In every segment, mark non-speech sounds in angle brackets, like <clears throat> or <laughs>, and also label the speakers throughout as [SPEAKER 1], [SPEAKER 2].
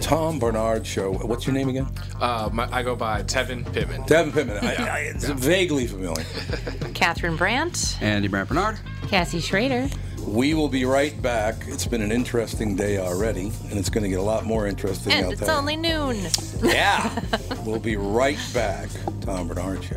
[SPEAKER 1] Tom Bernard Show. What's your name again?
[SPEAKER 2] Uh, my, I go by Tevin Pittman.
[SPEAKER 1] Devin Pittman. I, I, it's vaguely familiar.
[SPEAKER 3] Catherine Brandt,
[SPEAKER 4] Andy Brandt Bernard.
[SPEAKER 3] Cassie Schrader.
[SPEAKER 1] We will be right back. It's been an interesting day already, and it's going to get a lot more interesting
[SPEAKER 3] And
[SPEAKER 1] out
[SPEAKER 3] it's
[SPEAKER 1] there.
[SPEAKER 3] only noon.
[SPEAKER 1] Yeah. we'll be right back. Tom Bernard Show.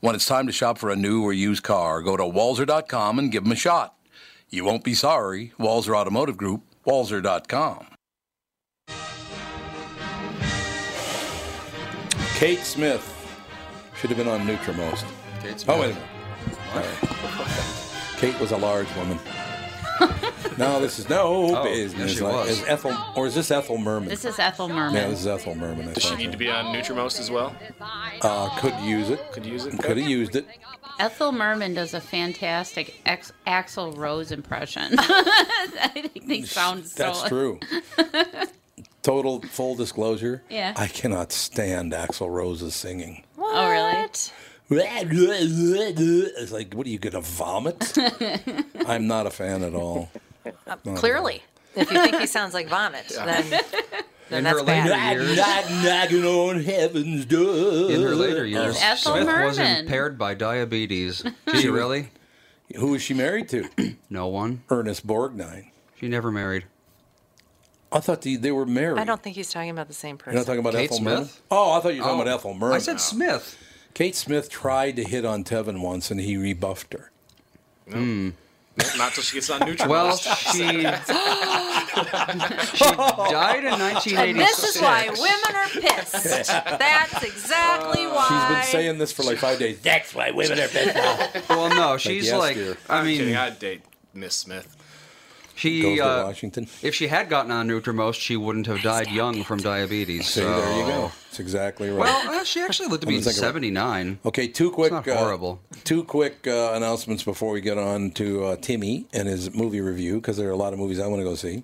[SPEAKER 1] When it's time to shop for a new or used car, go to walzer.com and give them a shot. You won't be sorry. Walzer Automotive Group, walzer.com. Kate Smith should have been on Nutrimost.
[SPEAKER 4] Kate Smith.
[SPEAKER 1] Oh, wait a minute. Kate was a large
[SPEAKER 4] <laughs>
[SPEAKER 1] woman. no, this is no
[SPEAKER 4] Oh,
[SPEAKER 1] business.
[SPEAKER 4] yes, she
[SPEAKER 1] Like,
[SPEAKER 4] was.
[SPEAKER 1] is Ethel, or is this Ethel Merman?
[SPEAKER 5] This is Ethel Merman.
[SPEAKER 1] yeah, this is Ethel Merman. I
[SPEAKER 2] Does she
[SPEAKER 1] think.
[SPEAKER 2] need to be on Nutrimost as well?
[SPEAKER 1] uh, could use it.
[SPEAKER 2] Could use it.
[SPEAKER 1] Could have used it.
[SPEAKER 5] Ethel Merman does a fantastic ex- Axel Rose impression. <laughs> I think they sound so.
[SPEAKER 1] That's
[SPEAKER 5] <laughs>
[SPEAKER 1] true. Total full disclosure.
[SPEAKER 5] Yeah.
[SPEAKER 1] I cannot stand Axl Rose's singing.
[SPEAKER 5] Oh, really?
[SPEAKER 1] It's like, what are you gonna vomit?
[SPEAKER 5] <laughs>
[SPEAKER 1] I'm not a fan at all.
[SPEAKER 3] Uh, Clearly. If you think he sounds like vomit,
[SPEAKER 1] <laughs>
[SPEAKER 3] then, then
[SPEAKER 4] In
[SPEAKER 3] that's
[SPEAKER 4] her later
[SPEAKER 3] bad.
[SPEAKER 4] years,
[SPEAKER 1] knocking on heaven's door.
[SPEAKER 4] in her later years,
[SPEAKER 5] Ethel
[SPEAKER 4] Smith was
[SPEAKER 5] Merman.
[SPEAKER 4] impaired by
[SPEAKER 3] <laughs>
[SPEAKER 4] diabetes. Gee, really?
[SPEAKER 1] Who is she married to? <clears throat>
[SPEAKER 4] No one.
[SPEAKER 1] Ernest Borgnine.
[SPEAKER 4] She never married.
[SPEAKER 1] I thought they, they were married.
[SPEAKER 3] I don't think he's talking about the same
[SPEAKER 1] You're not
[SPEAKER 3] person.
[SPEAKER 1] talking about
[SPEAKER 4] Kate
[SPEAKER 1] Ethel
[SPEAKER 4] Smith?
[SPEAKER 1] Merman. Oh, I thought you were talking about Ethel Merman.
[SPEAKER 4] I said
[SPEAKER 1] <laughs>
[SPEAKER 4] Smith.
[SPEAKER 1] Kate Smith tried to hit on Tevin once, and he rebuffed her.
[SPEAKER 2] Not till she gets on Nutrimost.
[SPEAKER 4] Well, she, she
[SPEAKER 1] <laughs>
[SPEAKER 4] died in 1986.
[SPEAKER 3] This is why women are
[SPEAKER 1] <laughs>
[SPEAKER 3] pissed. That's exactly
[SPEAKER 1] She's
[SPEAKER 3] why.
[SPEAKER 1] been saying this for like five days. That's why women are bad.
[SPEAKER 4] Well, no, she's
[SPEAKER 1] yes,
[SPEAKER 4] like,
[SPEAKER 1] dear.
[SPEAKER 4] I
[SPEAKER 2] I'm kidding.
[SPEAKER 4] mean,
[SPEAKER 2] I'd date Miss Smith.
[SPEAKER 1] Goes
[SPEAKER 4] she.
[SPEAKER 1] to
[SPEAKER 4] Uh,
[SPEAKER 1] Washington.
[SPEAKER 4] if she had gotten on Nutrimost, she wouldn't have died young from diabetes.
[SPEAKER 1] See, there you go.
[SPEAKER 4] so-
[SPEAKER 1] That's exactly right.
[SPEAKER 4] Well, uh, she actually lived to be
[SPEAKER 1] just thinking about-
[SPEAKER 4] 79.
[SPEAKER 1] Okay, two quick,
[SPEAKER 4] not
[SPEAKER 1] uh,
[SPEAKER 4] horrible.
[SPEAKER 1] two quick uh, announcements before we get on to uh, Timmy and his movie review because there are a lot of movies I want to go see.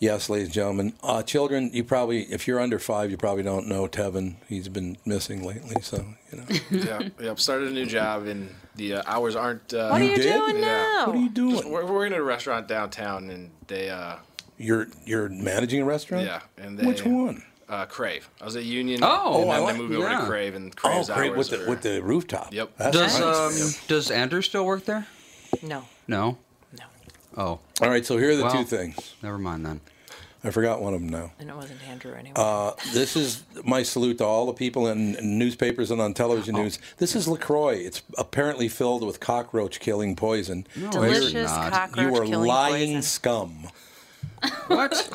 [SPEAKER 1] Yes, ladies and gentlemen, uh, children, you probably, if you're under five, you probably don't know Tevin. He's been missing lately, so you know.
[SPEAKER 2] Yeah, yep. Started a new job and the uh, hours aren't. Uh,
[SPEAKER 3] what are you
[SPEAKER 1] did?
[SPEAKER 3] doing
[SPEAKER 2] Yeah.
[SPEAKER 3] now?
[SPEAKER 1] what are you doing?
[SPEAKER 2] We're we're in a restaurant downtown and they. Uh,
[SPEAKER 1] You're you're managing a restaurant.
[SPEAKER 2] yeah, and they.
[SPEAKER 1] Which one?
[SPEAKER 2] Uh, Crave. I was at Union.
[SPEAKER 4] Oh,
[SPEAKER 2] and
[SPEAKER 1] I
[SPEAKER 2] then
[SPEAKER 1] like-
[SPEAKER 2] they moved over
[SPEAKER 4] yeah.
[SPEAKER 2] to Crave and
[SPEAKER 1] Oh,
[SPEAKER 2] Crave's
[SPEAKER 1] great!
[SPEAKER 2] hours
[SPEAKER 1] With the
[SPEAKER 2] are-
[SPEAKER 1] with the rooftop.
[SPEAKER 2] Yep.
[SPEAKER 1] That's
[SPEAKER 4] Does
[SPEAKER 1] nice.
[SPEAKER 4] um, does Andrew still work there?
[SPEAKER 3] No. No.
[SPEAKER 4] No. Oh,
[SPEAKER 1] All right, so here are the two
[SPEAKER 4] well.
[SPEAKER 1] things.
[SPEAKER 4] never mind then.
[SPEAKER 1] I forgot one of them now.
[SPEAKER 3] And it wasn't Andrew anyway.
[SPEAKER 1] Uh, this is my salute to all the people in newspapers and on television
[SPEAKER 4] Oh.
[SPEAKER 1] news. This is LaCroix. It's apparently filled with cockroach killing poison.
[SPEAKER 4] No, it's
[SPEAKER 3] Delicious
[SPEAKER 4] not.
[SPEAKER 3] cockroach
[SPEAKER 1] You are
[SPEAKER 3] killing
[SPEAKER 1] lying
[SPEAKER 3] poison.
[SPEAKER 1] scum.
[SPEAKER 4] What?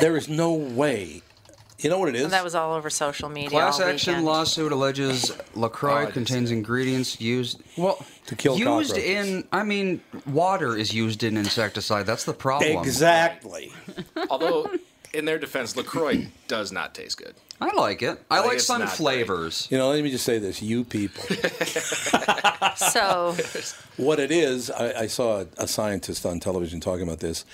[SPEAKER 1] There is no way. You know what it is?
[SPEAKER 3] Oh, That was all over social media.
[SPEAKER 4] Class
[SPEAKER 3] all
[SPEAKER 4] action
[SPEAKER 3] weekend.
[SPEAKER 4] lawsuit alleges LaCroix
[SPEAKER 2] didn't
[SPEAKER 4] contains ingredients used well
[SPEAKER 1] To kill
[SPEAKER 4] used
[SPEAKER 1] cockroaches.
[SPEAKER 4] in I mean water is used in insecticide. That's the problem.
[SPEAKER 6] Exactly.
[SPEAKER 2] Although, in their defense, LaCroix does not taste good.
[SPEAKER 4] I like it. I like
[SPEAKER 2] it's
[SPEAKER 4] some
[SPEAKER 2] not great.
[SPEAKER 4] flavors.
[SPEAKER 1] You know, let me just say this,
[SPEAKER 4] <laughs>
[SPEAKER 1] you people. <laughs>
[SPEAKER 3] So
[SPEAKER 1] What it is, I, I saw a scientist on television talking about this.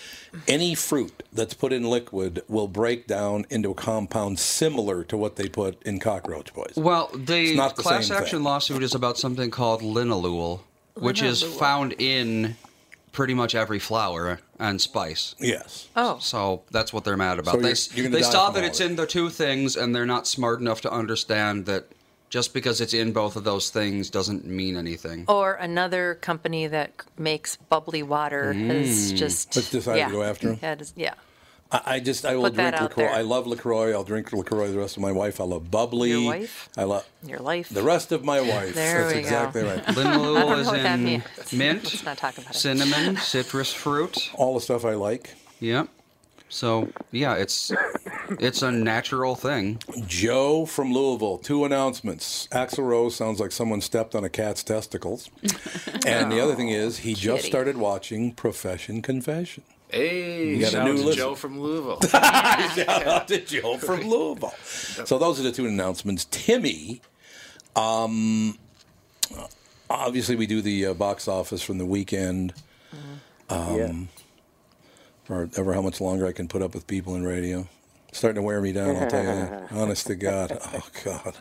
[SPEAKER 1] Any fruit that's put in liquid will break down into a compound similar to what they put in cockroach poison.
[SPEAKER 4] Well, the,
[SPEAKER 1] not the
[SPEAKER 4] class
[SPEAKER 1] same
[SPEAKER 4] action
[SPEAKER 1] thing.
[SPEAKER 4] lawsuit is about something called linalool, which is
[SPEAKER 3] Linalool.
[SPEAKER 4] found in pretty much every flour and spice.
[SPEAKER 1] Yes.
[SPEAKER 3] oh
[SPEAKER 4] So that's what they're mad about.
[SPEAKER 1] So
[SPEAKER 4] they
[SPEAKER 1] you're- you're gonna
[SPEAKER 4] they
[SPEAKER 1] die
[SPEAKER 4] saw
[SPEAKER 1] from
[SPEAKER 4] that
[SPEAKER 1] all
[SPEAKER 4] it's
[SPEAKER 1] of it.
[SPEAKER 4] in the two things, and they're not smart enough to understand that just because it's in both of those things doesn't mean <laughs> anything.
[SPEAKER 3] or another company that c- makes bubbly water is just
[SPEAKER 1] Let's decide to
[SPEAKER 3] yeah.
[SPEAKER 1] go after 'em.
[SPEAKER 3] That is- yeah.
[SPEAKER 1] I, I just, I will
[SPEAKER 3] Put that
[SPEAKER 1] drink
[SPEAKER 3] out
[SPEAKER 1] LaCroix.
[SPEAKER 3] there.
[SPEAKER 1] I love LaCroix. I'll drink LaCroix the rest of my life. I love bubbly.
[SPEAKER 3] Your wife?
[SPEAKER 1] I love
[SPEAKER 3] Your life.
[SPEAKER 1] the rest of my wife.
[SPEAKER 3] There
[SPEAKER 1] That's
[SPEAKER 3] we go.
[SPEAKER 1] exactly right.
[SPEAKER 3] I
[SPEAKER 4] Linalool
[SPEAKER 3] don't
[SPEAKER 4] is
[SPEAKER 3] know what that
[SPEAKER 4] in
[SPEAKER 3] means.
[SPEAKER 4] mint,
[SPEAKER 3] Let's not talk about it. <laughs>
[SPEAKER 4] cinnamon, citrus fruit.
[SPEAKER 1] All the stuff I like.
[SPEAKER 4] Yep. So yeah, it's it's a natural thing.
[SPEAKER 1] Joe from Louisville, two announcements. Axel Rose sounds like someone stepped on a
[SPEAKER 3] <laughs>
[SPEAKER 1] cat's testicles. and the other thing
[SPEAKER 3] Oh,
[SPEAKER 1] is, he just
[SPEAKER 3] Kitty.
[SPEAKER 1] started watching Profession Confession.
[SPEAKER 2] Hey,
[SPEAKER 1] got a
[SPEAKER 2] shout
[SPEAKER 1] new
[SPEAKER 2] out to
[SPEAKER 1] listen.
[SPEAKER 2] Joe from
[SPEAKER 1] <laughs>
[SPEAKER 2] Louisville.
[SPEAKER 1] Shout out to Joe from Louisville. So those are the two announcements. Timmy, um, obviously we do the uh, box office from the weekend.
[SPEAKER 2] Mm-hmm.
[SPEAKER 1] Um, Or ever how much longer I can put up with people in radio. It's starting to wear me down, I'll tell you
[SPEAKER 2] <laughs>
[SPEAKER 1] that. Honest to God. Oh, God.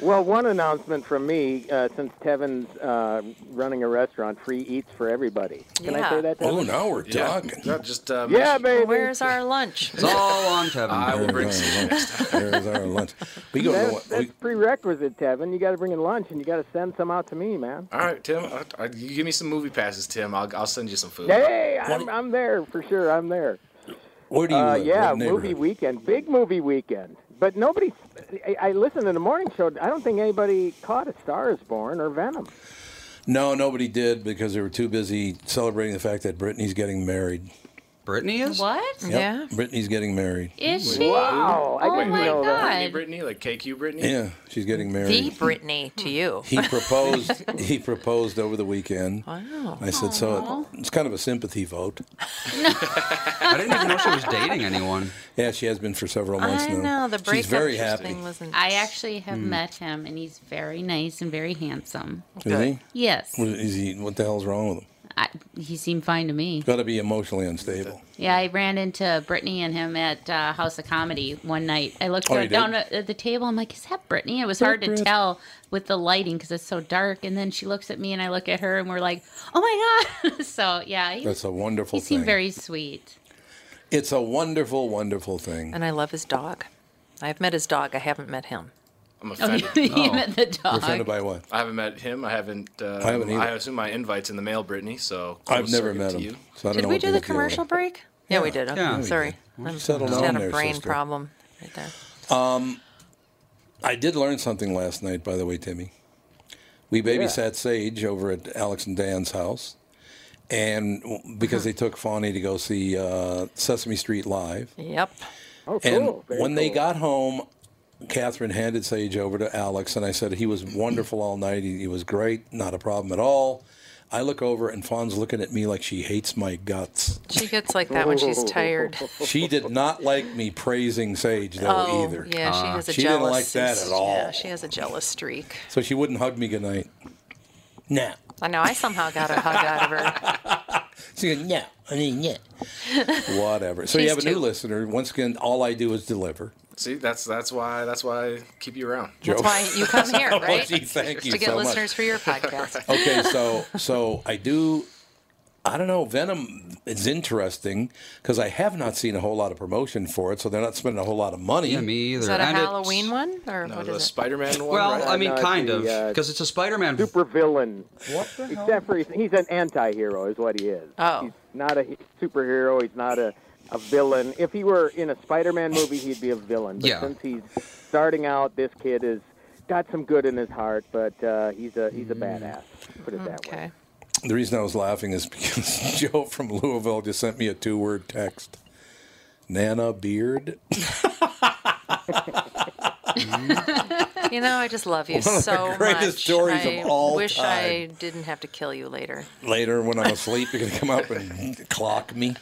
[SPEAKER 7] Well, one announcement from me, uh, since Tevin's uh, running a restaurant, free eats for everybody. Can I
[SPEAKER 3] Yeah.
[SPEAKER 7] say that?
[SPEAKER 1] Oh,
[SPEAKER 7] Tevin?
[SPEAKER 1] now we're
[SPEAKER 2] yeah,
[SPEAKER 1] talking.
[SPEAKER 2] yeah, just um,
[SPEAKER 7] yeah, baby.
[SPEAKER 3] Where's our lunch?
[SPEAKER 4] It's all on
[SPEAKER 7] <laughs>
[SPEAKER 4] Tevin.
[SPEAKER 2] I will bring some
[SPEAKER 1] There's our lunch. We go
[SPEAKER 7] That's,
[SPEAKER 1] to
[SPEAKER 7] that's
[SPEAKER 1] we,
[SPEAKER 7] prerequisite, Tevin. You got to bring in lunch, and you got to send some out to me, man.
[SPEAKER 2] All right, Tim. I, I, you give me some movie passes, Tim. I'll, I'll send you some food.
[SPEAKER 7] Hey, I'm, I'm there for sure. I'm there.
[SPEAKER 1] where do you
[SPEAKER 7] Uh,
[SPEAKER 1] live?
[SPEAKER 7] yeah,
[SPEAKER 1] What
[SPEAKER 7] movie
[SPEAKER 1] neighborhood?
[SPEAKER 7] weekend, big movie weekend. But nobody, I, I listened to the morning show. I don't think anybody caught A Star Is Born or Venom.
[SPEAKER 1] No, nobody did because they were too busy celebrating the fact that Brittany's getting married.
[SPEAKER 4] Brittany is
[SPEAKER 5] What?
[SPEAKER 1] Yep,
[SPEAKER 3] Yeah.
[SPEAKER 1] Brittany's getting married.
[SPEAKER 5] Is she?
[SPEAKER 7] Wow, I
[SPEAKER 5] oh
[SPEAKER 7] didn't
[SPEAKER 5] my
[SPEAKER 7] know that.
[SPEAKER 2] Brittany,
[SPEAKER 5] god.
[SPEAKER 2] Brittany, like KQ Brittany.
[SPEAKER 1] Yeah, she's getting
[SPEAKER 3] The
[SPEAKER 1] married.
[SPEAKER 3] Brittany to you.
[SPEAKER 1] He proposed. he proposed over the weekend.
[SPEAKER 3] Wow.
[SPEAKER 1] I said, so it- it's kind of a sympathy vote.
[SPEAKER 4] I didn't even know
[SPEAKER 3] <laughs>
[SPEAKER 4] she was dating anyone.
[SPEAKER 1] Yeah, she has been for several months
[SPEAKER 3] I
[SPEAKER 1] now.
[SPEAKER 3] know the breakup
[SPEAKER 1] She's very happy.
[SPEAKER 3] thing wasn't.
[SPEAKER 5] I actually have
[SPEAKER 1] Hmm.
[SPEAKER 5] met him, and he's very nice and very handsome.
[SPEAKER 1] Is he?
[SPEAKER 5] Yes,
[SPEAKER 1] What Is he? What the hell's wrong with him?
[SPEAKER 5] I, he seemed fine to me.
[SPEAKER 1] Got to be emotionally unstable.
[SPEAKER 5] Yeah, I ran into Brittany and him at uh, House of Comedy one night. I looked
[SPEAKER 1] Oh,
[SPEAKER 5] down-
[SPEAKER 1] you did?
[SPEAKER 5] down at at the table. I'm like, "Is that Brittany?" It was hard to tell with the lighting because it's so dark. And then she looks at me, and I look at her, and we're like, "Oh my god!" <laughs> so yeah, he,
[SPEAKER 1] That's a wonderful
[SPEAKER 5] he seemed
[SPEAKER 1] thing.
[SPEAKER 5] very sweet.
[SPEAKER 1] it's a wonderful, wonderful thing.
[SPEAKER 3] And I love his dog. I've met his dog. I haven't met him.
[SPEAKER 5] Oh,
[SPEAKER 2] I'm offended.
[SPEAKER 5] <laughs> you you met the dog.
[SPEAKER 1] Offended by what?
[SPEAKER 2] I haven't met him. I haven't. Uh,
[SPEAKER 1] I haven't either.
[SPEAKER 2] assume my invite's in the mail, Brittany. So
[SPEAKER 1] I've
[SPEAKER 2] close
[SPEAKER 1] never
[SPEAKER 2] circuit
[SPEAKER 1] met
[SPEAKER 2] to
[SPEAKER 1] him.
[SPEAKER 2] you.
[SPEAKER 1] So I don't
[SPEAKER 3] Did
[SPEAKER 1] know
[SPEAKER 3] we
[SPEAKER 1] what
[SPEAKER 3] do
[SPEAKER 1] the
[SPEAKER 3] the
[SPEAKER 1] deal was.
[SPEAKER 3] commercial break? Yeah, we did. Okay,
[SPEAKER 4] Yeah, we
[SPEAKER 3] sorry. I'm
[SPEAKER 1] Settle
[SPEAKER 3] just
[SPEAKER 1] down
[SPEAKER 3] got a
[SPEAKER 1] there,
[SPEAKER 3] brain
[SPEAKER 1] sister.
[SPEAKER 3] problem right there.
[SPEAKER 1] I did learn something last night, by the way, Timmy.
[SPEAKER 7] Oh,
[SPEAKER 1] We babysat Sage over at Alex and Dan's house, and w-
[SPEAKER 7] Uh-huh.
[SPEAKER 1] because they took Fawny to go see uh, Sesame Street live,
[SPEAKER 3] Yep.
[SPEAKER 7] Oh,
[SPEAKER 1] and
[SPEAKER 7] cool. Very
[SPEAKER 1] when they
[SPEAKER 7] cool.
[SPEAKER 1] got home, Catherine handed Sage over to Alex, and I said he was wonderful all night. He, he was great, not a problem at all. I look over, and Fawn's looking at me like she hates my guts.
[SPEAKER 3] She gets like that when
[SPEAKER 7] <laughs>
[SPEAKER 1] <laughs>
[SPEAKER 3] she's tired.
[SPEAKER 1] She did not like me praising Sage though
[SPEAKER 3] Oh,
[SPEAKER 1] either.
[SPEAKER 3] yeah, she has a
[SPEAKER 1] She didn't
[SPEAKER 3] jealous.
[SPEAKER 1] like that at all.
[SPEAKER 3] Yeah, she has a jealous streak.
[SPEAKER 1] So she wouldn't hug me goodnight. Nah.
[SPEAKER 3] I know. I somehow got a
[SPEAKER 7] <laughs>
[SPEAKER 3] hug out of her.
[SPEAKER 1] She goes, yeah, I mean, yeah. <laughs> Whatever. So you
[SPEAKER 3] She's
[SPEAKER 1] have a new
[SPEAKER 3] two.
[SPEAKER 1] listener. Once again, all I do is deliver.
[SPEAKER 2] See, that's that's why that's why I keep you around.
[SPEAKER 3] That's why
[SPEAKER 7] <laughs>
[SPEAKER 3] you come here,
[SPEAKER 1] Oh,
[SPEAKER 3] right?
[SPEAKER 1] gee, thank you
[SPEAKER 3] to get
[SPEAKER 1] so
[SPEAKER 3] listeners for your podcast.
[SPEAKER 1] much.
[SPEAKER 3] <laughs>
[SPEAKER 1] Okay, so so I do. I don't know. Venom is interesting because I have not seen a whole lot of promotion for it, so they're not spending a whole lot of money.
[SPEAKER 4] Yeah, me either.
[SPEAKER 3] Is that a
[SPEAKER 4] And it's-
[SPEAKER 3] Halloween one or
[SPEAKER 2] No,
[SPEAKER 3] what
[SPEAKER 2] the
[SPEAKER 3] is it?
[SPEAKER 2] Spider-Man one.
[SPEAKER 4] Well,
[SPEAKER 2] right?
[SPEAKER 4] I mean,
[SPEAKER 7] no, it's
[SPEAKER 4] kind
[SPEAKER 7] the,
[SPEAKER 4] of,
[SPEAKER 7] uh,
[SPEAKER 4] because it's a Spider-Man.
[SPEAKER 7] super villain. What the hell? Except for he's, he's an anti-hero is what he is.
[SPEAKER 3] Oh.
[SPEAKER 7] He's not a he- superhero. He's not a, a villain. If he were in a Spider-Man movie, he'd be a villain. But
[SPEAKER 4] Yeah.
[SPEAKER 7] since he's starting out, this kid is got some good in his heart, but uh, he's a he's a badass. Put it that way.
[SPEAKER 3] okay.
[SPEAKER 1] <laughs> The reason I was laughing is because Joe from Louisville just sent me a two-word text. Nana Beard.
[SPEAKER 3] You know, I just
[SPEAKER 7] <laughs>
[SPEAKER 3] love you
[SPEAKER 1] One of the
[SPEAKER 3] so
[SPEAKER 1] greatest
[SPEAKER 3] much.
[SPEAKER 1] stories of
[SPEAKER 3] I
[SPEAKER 1] all
[SPEAKER 3] wish I didn't have to kill you later.
[SPEAKER 1] Later, when I'm asleep, you're going to come up and clock me.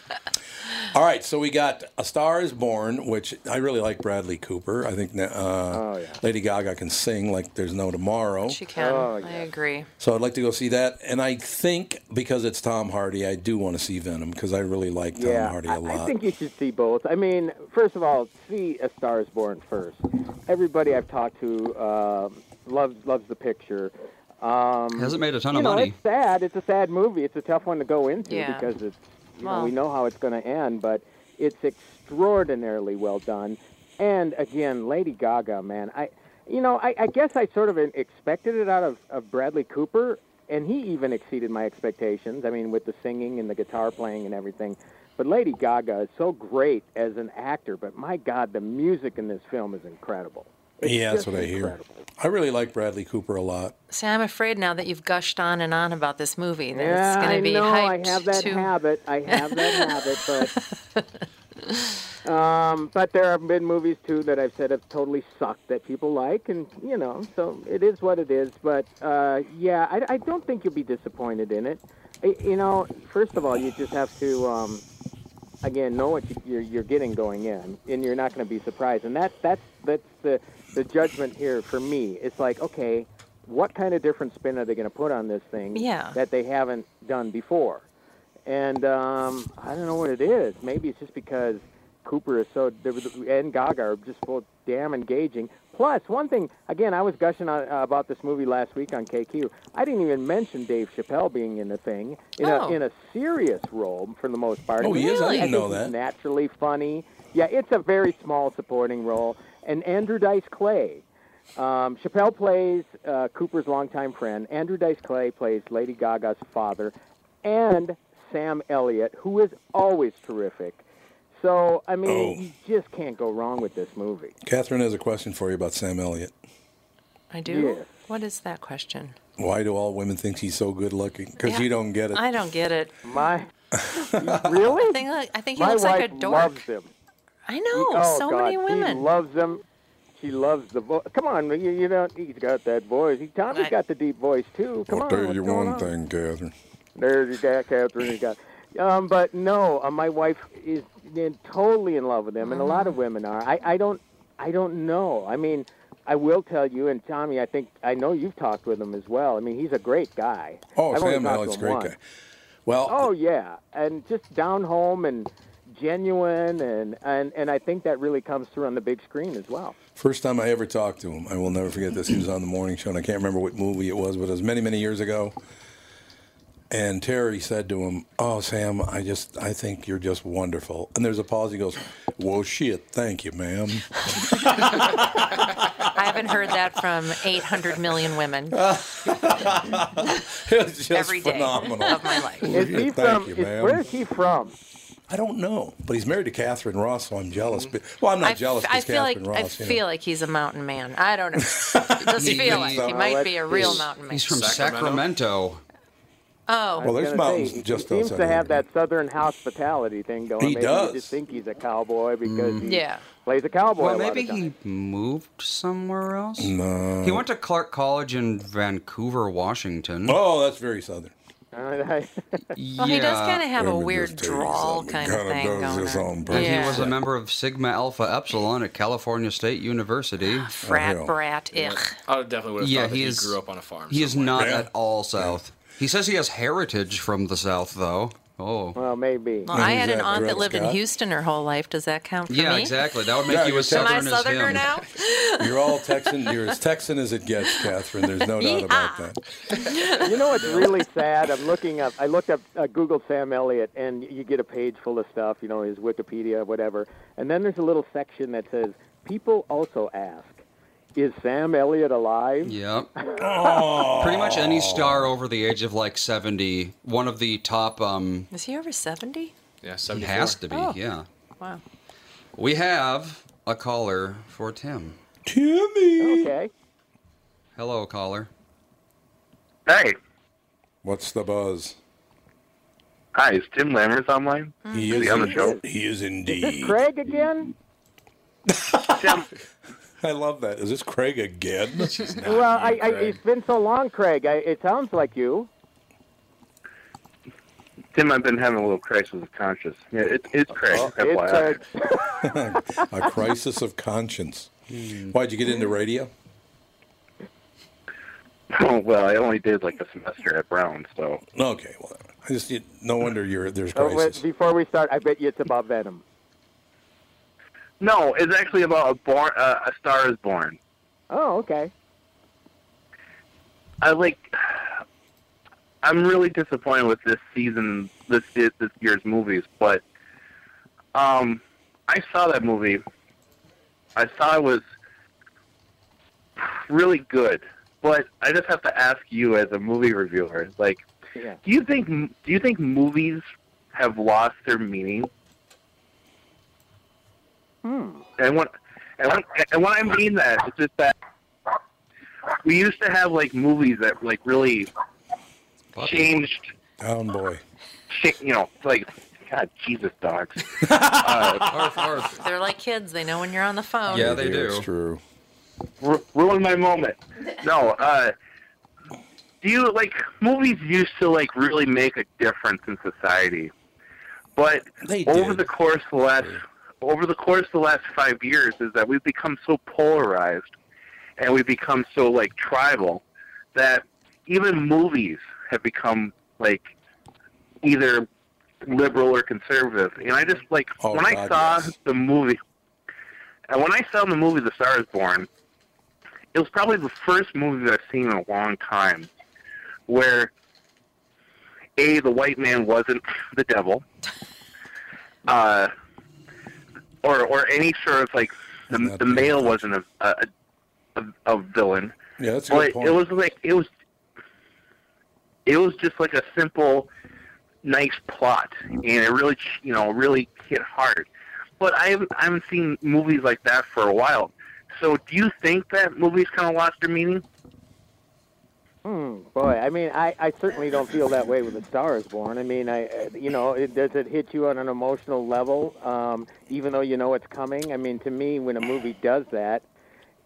[SPEAKER 1] All right, so we got A Star is Born, which I really like Bradley Cooper. I think uh, Lady Gaga can sing like there's no tomorrow.
[SPEAKER 3] She can.
[SPEAKER 7] Oh,
[SPEAKER 3] I
[SPEAKER 7] yeah.
[SPEAKER 3] agree.
[SPEAKER 1] So I'd like to go see that. And I think because it's Tom Hardy, I do want to see Venom because I really like Tom
[SPEAKER 7] yeah,
[SPEAKER 1] Hardy
[SPEAKER 7] I-
[SPEAKER 1] a lot.
[SPEAKER 7] I think you should see both. I mean, first of all, see A Star Is Born first. Everybody I've talked to uh, loves loves the picture. Um,
[SPEAKER 4] Hasn't made a ton
[SPEAKER 7] you
[SPEAKER 4] of
[SPEAKER 7] know,
[SPEAKER 4] money.
[SPEAKER 7] it's sad. It's a sad movie. It's a tough one to go into
[SPEAKER 3] Yeah.
[SPEAKER 7] because it's you know,
[SPEAKER 3] Well-
[SPEAKER 7] we know how it's going to end, but it's extraordinarily well done. And again, Lady Gaga, man, I you know I, I guess I sort of expected it out of, of Bradley Cooper, and he even exceeded my expectations. I mean, with the singing and the guitar playing and everything. But Lady Gaga is so great as an actor, but my God, the music in this film is incredible. It's
[SPEAKER 1] yeah, that's
[SPEAKER 7] just
[SPEAKER 1] what I hear.
[SPEAKER 7] incredible.
[SPEAKER 1] I really like Bradley Cooper a lot.
[SPEAKER 3] See, I'm afraid now that you've gushed on and on about this movie that
[SPEAKER 7] Yeah,
[SPEAKER 3] it's going
[SPEAKER 7] I
[SPEAKER 3] to be
[SPEAKER 7] know.
[SPEAKER 3] hyped
[SPEAKER 7] I have that
[SPEAKER 3] to.
[SPEAKER 7] habit. I have that habit,
[SPEAKER 3] <laughs>
[SPEAKER 7] but um, but there have been movies too that I've said have totally sucked that people like, and you know, so it is what it is. But uh, yeah, I, I don't think you'll be disappointed in it. I, you know, first of all, you just have to. Um, Again, know what you- you're, you're getting going in, and you're not going to be surprised. And that's that's that's the the judgment here for me. It's like, okay, what kind of different spin are they going to put on this thing?
[SPEAKER 3] Yeah.
[SPEAKER 7] that they haven't done before. And um, I don't know what it is. Maybe it's just because Cooper is so and Gaga are just both damn engaging. Plus, one thing again, I was gushing on, uh, about this movie last week on KQ. I didn't even mention Dave Chappelle being in the thing in
[SPEAKER 3] Oh.
[SPEAKER 7] a in a serious role for the most part.
[SPEAKER 1] Oh, he is? I didn't
[SPEAKER 7] think
[SPEAKER 1] know
[SPEAKER 7] he's
[SPEAKER 1] that.
[SPEAKER 7] Naturally funny. Yeah, it's a very small supporting role. And Andrew Dice Clay. Um, Chappelle plays uh, Cooper's longtime friend. Andrew Dice Clay plays Lady Gaga's father, and Sam Elliott, who is always terrific. So I mean,
[SPEAKER 1] Oh.
[SPEAKER 7] you just can't go wrong with this movie.
[SPEAKER 1] Catherine has a question for you about Sam Elliott.
[SPEAKER 3] I do.
[SPEAKER 7] Yeah.
[SPEAKER 3] What is that question?
[SPEAKER 1] Why do all women think he's so good looking? Because
[SPEAKER 3] Yeah.
[SPEAKER 1] you don't get it.
[SPEAKER 3] I don't get it.
[SPEAKER 7] My <laughs>
[SPEAKER 3] I
[SPEAKER 7] really,
[SPEAKER 3] think, I uh, think he
[SPEAKER 7] my
[SPEAKER 3] looks
[SPEAKER 7] wife
[SPEAKER 3] like a dork.
[SPEAKER 7] loves him.
[SPEAKER 3] I know.
[SPEAKER 7] oh
[SPEAKER 3] so
[SPEAKER 7] God,
[SPEAKER 3] many
[SPEAKER 7] she
[SPEAKER 3] women.
[SPEAKER 7] loves him. She loves the voice. Come on, you, you don't. He's got that voice. He, Tommy's
[SPEAKER 3] I-
[SPEAKER 7] got the deep voice too. Come on, what's going on?
[SPEAKER 1] thing, Catherine.
[SPEAKER 7] There's your guy, Catherine. You got. Um, but no, uh, my wife is in, totally in love with him, and a lot
[SPEAKER 1] Mm.
[SPEAKER 7] of women are. I, I don't, I don't know. I mean, I will tell you, and Tommy, I think I know you've talked with him as well. I mean, he's a great guy.
[SPEAKER 1] Oh,
[SPEAKER 7] I've only talked
[SPEAKER 1] Sam
[SPEAKER 7] to
[SPEAKER 1] Elliott's a
[SPEAKER 7] him
[SPEAKER 1] great
[SPEAKER 7] once.
[SPEAKER 1] guy. Well,
[SPEAKER 7] Oh yeah, and just down home and genuine, and and and I think that really comes through on the big screen as well.
[SPEAKER 1] First time I ever talked to him, I will never forget this. He was on the morning show, and I can't remember what movie it was, but it was many, many years ago. And Terry said to him, "Oh, Sam, I just, I think you're just wonderful." And there's a pause. He goes, "Well, shit, thank you, ma'am." <laughs>
[SPEAKER 3] I haven't heard that from 800 million women
[SPEAKER 1] It was just
[SPEAKER 3] every day <laughs>
[SPEAKER 1] phenomenal.
[SPEAKER 3] of my life.
[SPEAKER 7] Is he
[SPEAKER 1] Thank
[SPEAKER 7] from?
[SPEAKER 1] you,
[SPEAKER 7] is-
[SPEAKER 1] ma'am.
[SPEAKER 7] where is he from?
[SPEAKER 1] I don't know, but he's married to Catherine Ross, so I'm jealous. But, well, I'm not
[SPEAKER 3] I,
[SPEAKER 1] jealous.
[SPEAKER 3] I
[SPEAKER 1] 'cause
[SPEAKER 3] feel like
[SPEAKER 1] Catherine
[SPEAKER 3] I
[SPEAKER 1] Ross, you know.
[SPEAKER 3] feel like he's a mountain man. I don't
[SPEAKER 1] <laughs>
[SPEAKER 3] know. Just feel like he
[SPEAKER 7] Well,
[SPEAKER 3] might
[SPEAKER 7] let's
[SPEAKER 3] be a real
[SPEAKER 7] see.
[SPEAKER 3] mountain man.
[SPEAKER 4] He's from
[SPEAKER 2] Sacramento?
[SPEAKER 4] Sacramento.
[SPEAKER 3] oh,
[SPEAKER 1] Well, there's
[SPEAKER 7] gonna say,
[SPEAKER 1] mountains
[SPEAKER 7] he-
[SPEAKER 1] just
[SPEAKER 7] he seems
[SPEAKER 1] outside
[SPEAKER 7] to
[SPEAKER 1] of
[SPEAKER 7] have
[SPEAKER 1] here.
[SPEAKER 7] that southern hospitality thing going.
[SPEAKER 1] He
[SPEAKER 7] maybe
[SPEAKER 1] does.
[SPEAKER 7] You just think he's a cowboy because he
[SPEAKER 3] Yeah.
[SPEAKER 7] plays a cowboy.
[SPEAKER 4] Well,
[SPEAKER 7] a lot
[SPEAKER 4] maybe
[SPEAKER 7] of times.
[SPEAKER 4] he moved somewhere else.
[SPEAKER 1] No.
[SPEAKER 4] He went to Clark College in Vancouver, Washington.
[SPEAKER 1] Oh, that's very southern.
[SPEAKER 3] well he does
[SPEAKER 4] Yeah.
[SPEAKER 3] kind of have a
[SPEAKER 1] Let me
[SPEAKER 3] weird
[SPEAKER 1] just tell you
[SPEAKER 3] drawl
[SPEAKER 1] something.
[SPEAKER 3] kind of
[SPEAKER 1] Kinda
[SPEAKER 3] thing
[SPEAKER 1] does
[SPEAKER 3] going
[SPEAKER 1] this on
[SPEAKER 3] on.
[SPEAKER 1] purpose.
[SPEAKER 4] And
[SPEAKER 3] Yeah.
[SPEAKER 4] he was a member of Sigma Alpha Epsilon at California
[SPEAKER 3] <sighs>
[SPEAKER 4] State University.
[SPEAKER 1] Oh, hell.
[SPEAKER 3] Frat brat, ugh.
[SPEAKER 2] I would definitely would have
[SPEAKER 4] Yeah,
[SPEAKER 2] thought that
[SPEAKER 4] he
[SPEAKER 2] he
[SPEAKER 4] is-
[SPEAKER 2] grew up on a farm.
[SPEAKER 4] He is
[SPEAKER 2] somewhere.
[SPEAKER 4] not
[SPEAKER 1] Yeah.
[SPEAKER 4] at all South. He says he has heritage from the South, though. Oh.
[SPEAKER 7] <laughs> well, maybe.
[SPEAKER 3] Well,
[SPEAKER 1] And
[SPEAKER 3] I
[SPEAKER 1] who's
[SPEAKER 3] had an
[SPEAKER 1] that,
[SPEAKER 3] aunt
[SPEAKER 1] Dred
[SPEAKER 3] that lived in
[SPEAKER 1] Scott?
[SPEAKER 3] Houston her whole life. Does that count for
[SPEAKER 4] Yeah,
[SPEAKER 3] me?
[SPEAKER 4] exactly. That would make
[SPEAKER 1] Yeah,
[SPEAKER 4] you
[SPEAKER 1] you're
[SPEAKER 4] a
[SPEAKER 3] Am I
[SPEAKER 4] Southern
[SPEAKER 1] Southern
[SPEAKER 4] as
[SPEAKER 3] Southerner
[SPEAKER 4] him.
[SPEAKER 3] now?
[SPEAKER 1] You're all Texan. You're as Texan as it gets, Catherine. There's
[SPEAKER 3] <laughs>
[SPEAKER 1] no doubt about that.
[SPEAKER 7] you know what's really sad? I'm looking up. I looked up, uh, Googled Sam Elliott, and you get a page full of stuff. You know, his Wikipedia, whatever. And then there's a little section that says, "People also ask, is Sam Elliott alive?"
[SPEAKER 4] Yep. Pretty much any star over the age of like 70, one of the top um
[SPEAKER 3] Is he over 70?
[SPEAKER 2] Yeah,
[SPEAKER 4] he
[SPEAKER 2] 74.
[SPEAKER 4] has to be.
[SPEAKER 3] Oh.
[SPEAKER 4] Yeah.
[SPEAKER 3] Wow.
[SPEAKER 4] We have a caller for Tim.
[SPEAKER 1] Timmy.
[SPEAKER 7] Okay.
[SPEAKER 4] Hello, caller.
[SPEAKER 6] Hey,
[SPEAKER 1] What's the buzz?
[SPEAKER 6] Hi, is Tim Lammers online?
[SPEAKER 8] He
[SPEAKER 6] Is
[SPEAKER 8] is,
[SPEAKER 6] he on the
[SPEAKER 8] in-
[SPEAKER 6] show?
[SPEAKER 8] he is
[SPEAKER 7] Is
[SPEAKER 8] indeed.
[SPEAKER 7] Craig again?
[SPEAKER 8] I love that. Is this Craig again?
[SPEAKER 7] well, I, I, it's been so long, Craig. I, it sounds like you.
[SPEAKER 6] Tim, I've been having a little crisis of conscience. Yeah, it, it's Craig.
[SPEAKER 7] It's
[SPEAKER 6] FYI.
[SPEAKER 7] Craig.
[SPEAKER 8] a crisis of conscience. Why'd you get into radio?
[SPEAKER 7] uh,
[SPEAKER 6] <laughs> well, I only did like a semester at Brown, so
[SPEAKER 8] Okay, well, I just you- no wonder you're there's
[SPEAKER 7] Oh, wait,
[SPEAKER 8] crisis.
[SPEAKER 7] before we start, I bet you it's about Venom.
[SPEAKER 6] no, it's actually about a born uh, a Star Is Born.
[SPEAKER 7] Oh, okay.
[SPEAKER 6] I like. I'm really disappointed with this season, this this year's movies, but um, I saw that movie. I saw it was really good, but I just have to ask you, as a movie reviewer, like,
[SPEAKER 7] Yeah.
[SPEAKER 6] do you think do you think movies have lost their meaning?
[SPEAKER 7] Hmm.
[SPEAKER 6] And what and what, and what I mean that is just that we used to have like movies that like really changed,
[SPEAKER 8] Oh boy,
[SPEAKER 6] shit, you know, like God, Jesus, dogs. Uh,
[SPEAKER 4] Arf,
[SPEAKER 7] <laughs>
[SPEAKER 4] arf.
[SPEAKER 3] They're like kids. They know when you're on the phone.
[SPEAKER 4] Yeah, they do.
[SPEAKER 8] It's true.
[SPEAKER 6] Ru ruin my moment. No, uh, do you like movies used to like really make a difference in society? But
[SPEAKER 8] They
[SPEAKER 6] over
[SPEAKER 8] did.
[SPEAKER 6] the course of the last over the course of the last five years is that we've become so polarized and we've become so like tribal that even movies have become like either liberal or conservative. And I just like
[SPEAKER 8] Oh,
[SPEAKER 6] when I
[SPEAKER 8] God,
[SPEAKER 6] saw
[SPEAKER 8] yes.
[SPEAKER 6] the movie and when I saw the movie The Star is Born, it was probably the first movie that I've seen in a long time where A, the white man wasn't <laughs>
[SPEAKER 8] <laughs>
[SPEAKER 6] the devil. Uh or or any sort of like
[SPEAKER 8] Isn't
[SPEAKER 6] the,
[SPEAKER 8] that
[SPEAKER 6] the male wasn't a, a, a, a villain.
[SPEAKER 8] Yeah, that's a
[SPEAKER 6] Well,
[SPEAKER 8] good
[SPEAKER 6] it,
[SPEAKER 8] point.
[SPEAKER 6] it was like it was it was just like a simple, nice plot, and it really ch- you know really hit hard. But I haven't, I haven't seen movies like that for a while. So do you think that movies kind of lost their meaning?
[SPEAKER 7] Hmm, boy, I mean, I, I certainly don't feel that way with *A Star Is Born*. I mean, I, uh, you know, it, does it hit you on an emotional level, um, even though you know it's coming? I mean, to me, when a movie does that,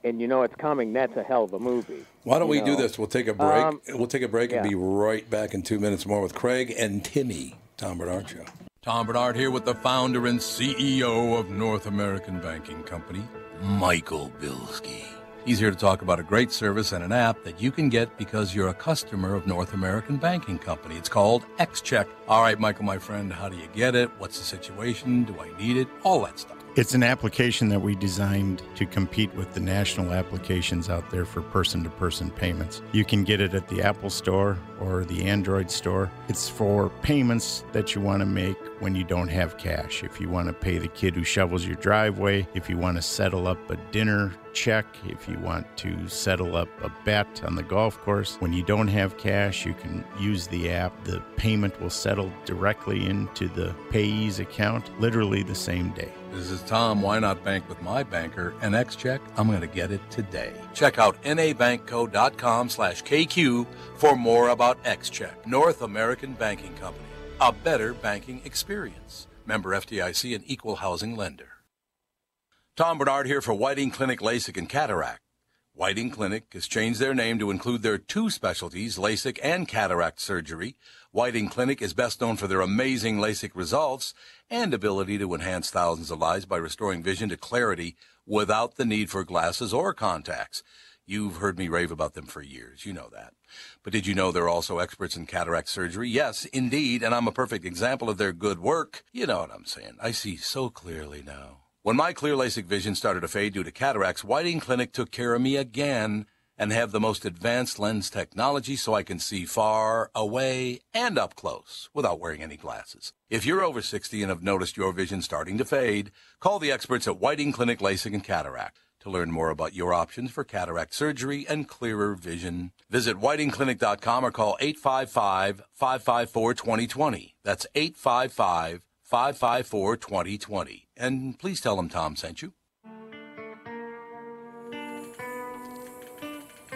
[SPEAKER 7] and you know it's coming, that's a hell of a movie.
[SPEAKER 8] Why don't we
[SPEAKER 7] you
[SPEAKER 8] do
[SPEAKER 7] know.
[SPEAKER 8] this? We'll take a break.
[SPEAKER 7] Um,
[SPEAKER 8] we'll take a break and
[SPEAKER 7] yeah.
[SPEAKER 8] be right back in two minutes more with Craig and Timmy. <laughs> Tom Bernard Show. Tom Bernard here with the founder and CEO of North American Banking Company, Michael Bilski. He's here to talk about a great service and an app that you can get because you're a customer of North American Banking Company. It's called XCheck. All right, Michael, my friend, how do you get it? What's the situation? Do I need it? All that stuff.
[SPEAKER 9] It's an application that we designed to compete with the national applications out there for person to person payments. You can get it at the Apple Store or the Android Store. It's for payments that you want to make when you don't have cash. If you want to pay the kid who shovels your driveway, if you want to settle up a dinner check, if you want to settle up a bet on the golf course, when you don't have cash, you can use the app. The payment will settle directly into the payee's account literally the same day.
[SPEAKER 1] This is Tom. Why not bank with my banker? And XCheck, I'm going to get it today. Check out nabankco.com slash KQ for more about XCheck, North American Banking Company. A better banking experience. Member FDIC and equal housing lender. Tom Bernard here for Whiting Clinic LASIK and Cataract. Whiting Clinic has changed their name to include their two specialties, LASIK and cataract surgery. Whiting Clinic is best known for their amazing LASIK results and ability to enhance thousands of lives by restoring vision to clarity without the need for glasses or contacts. You've heard me rave about them for years. You know that. But did you know they're also experts in cataract surgery? Yes, indeed. And I'm a perfect example of their good work. You know what I'm saying. I see so clearly now. When my clear LASIK vision started to fade due to cataracts, Whiting Clinic took care of me again and have the most advanced lens technology so I can see far, away, and up close without wearing any glasses. If you're over 60 and have noticed your vision starting to fade, call the experts at Whiting Clinic LASIK and Cataract. To learn more about your options for cataract surgery and clearer vision, visit whitingclinic.com or call 855-554-2020. That's 855-554-2020. And please tell them Tom sent you.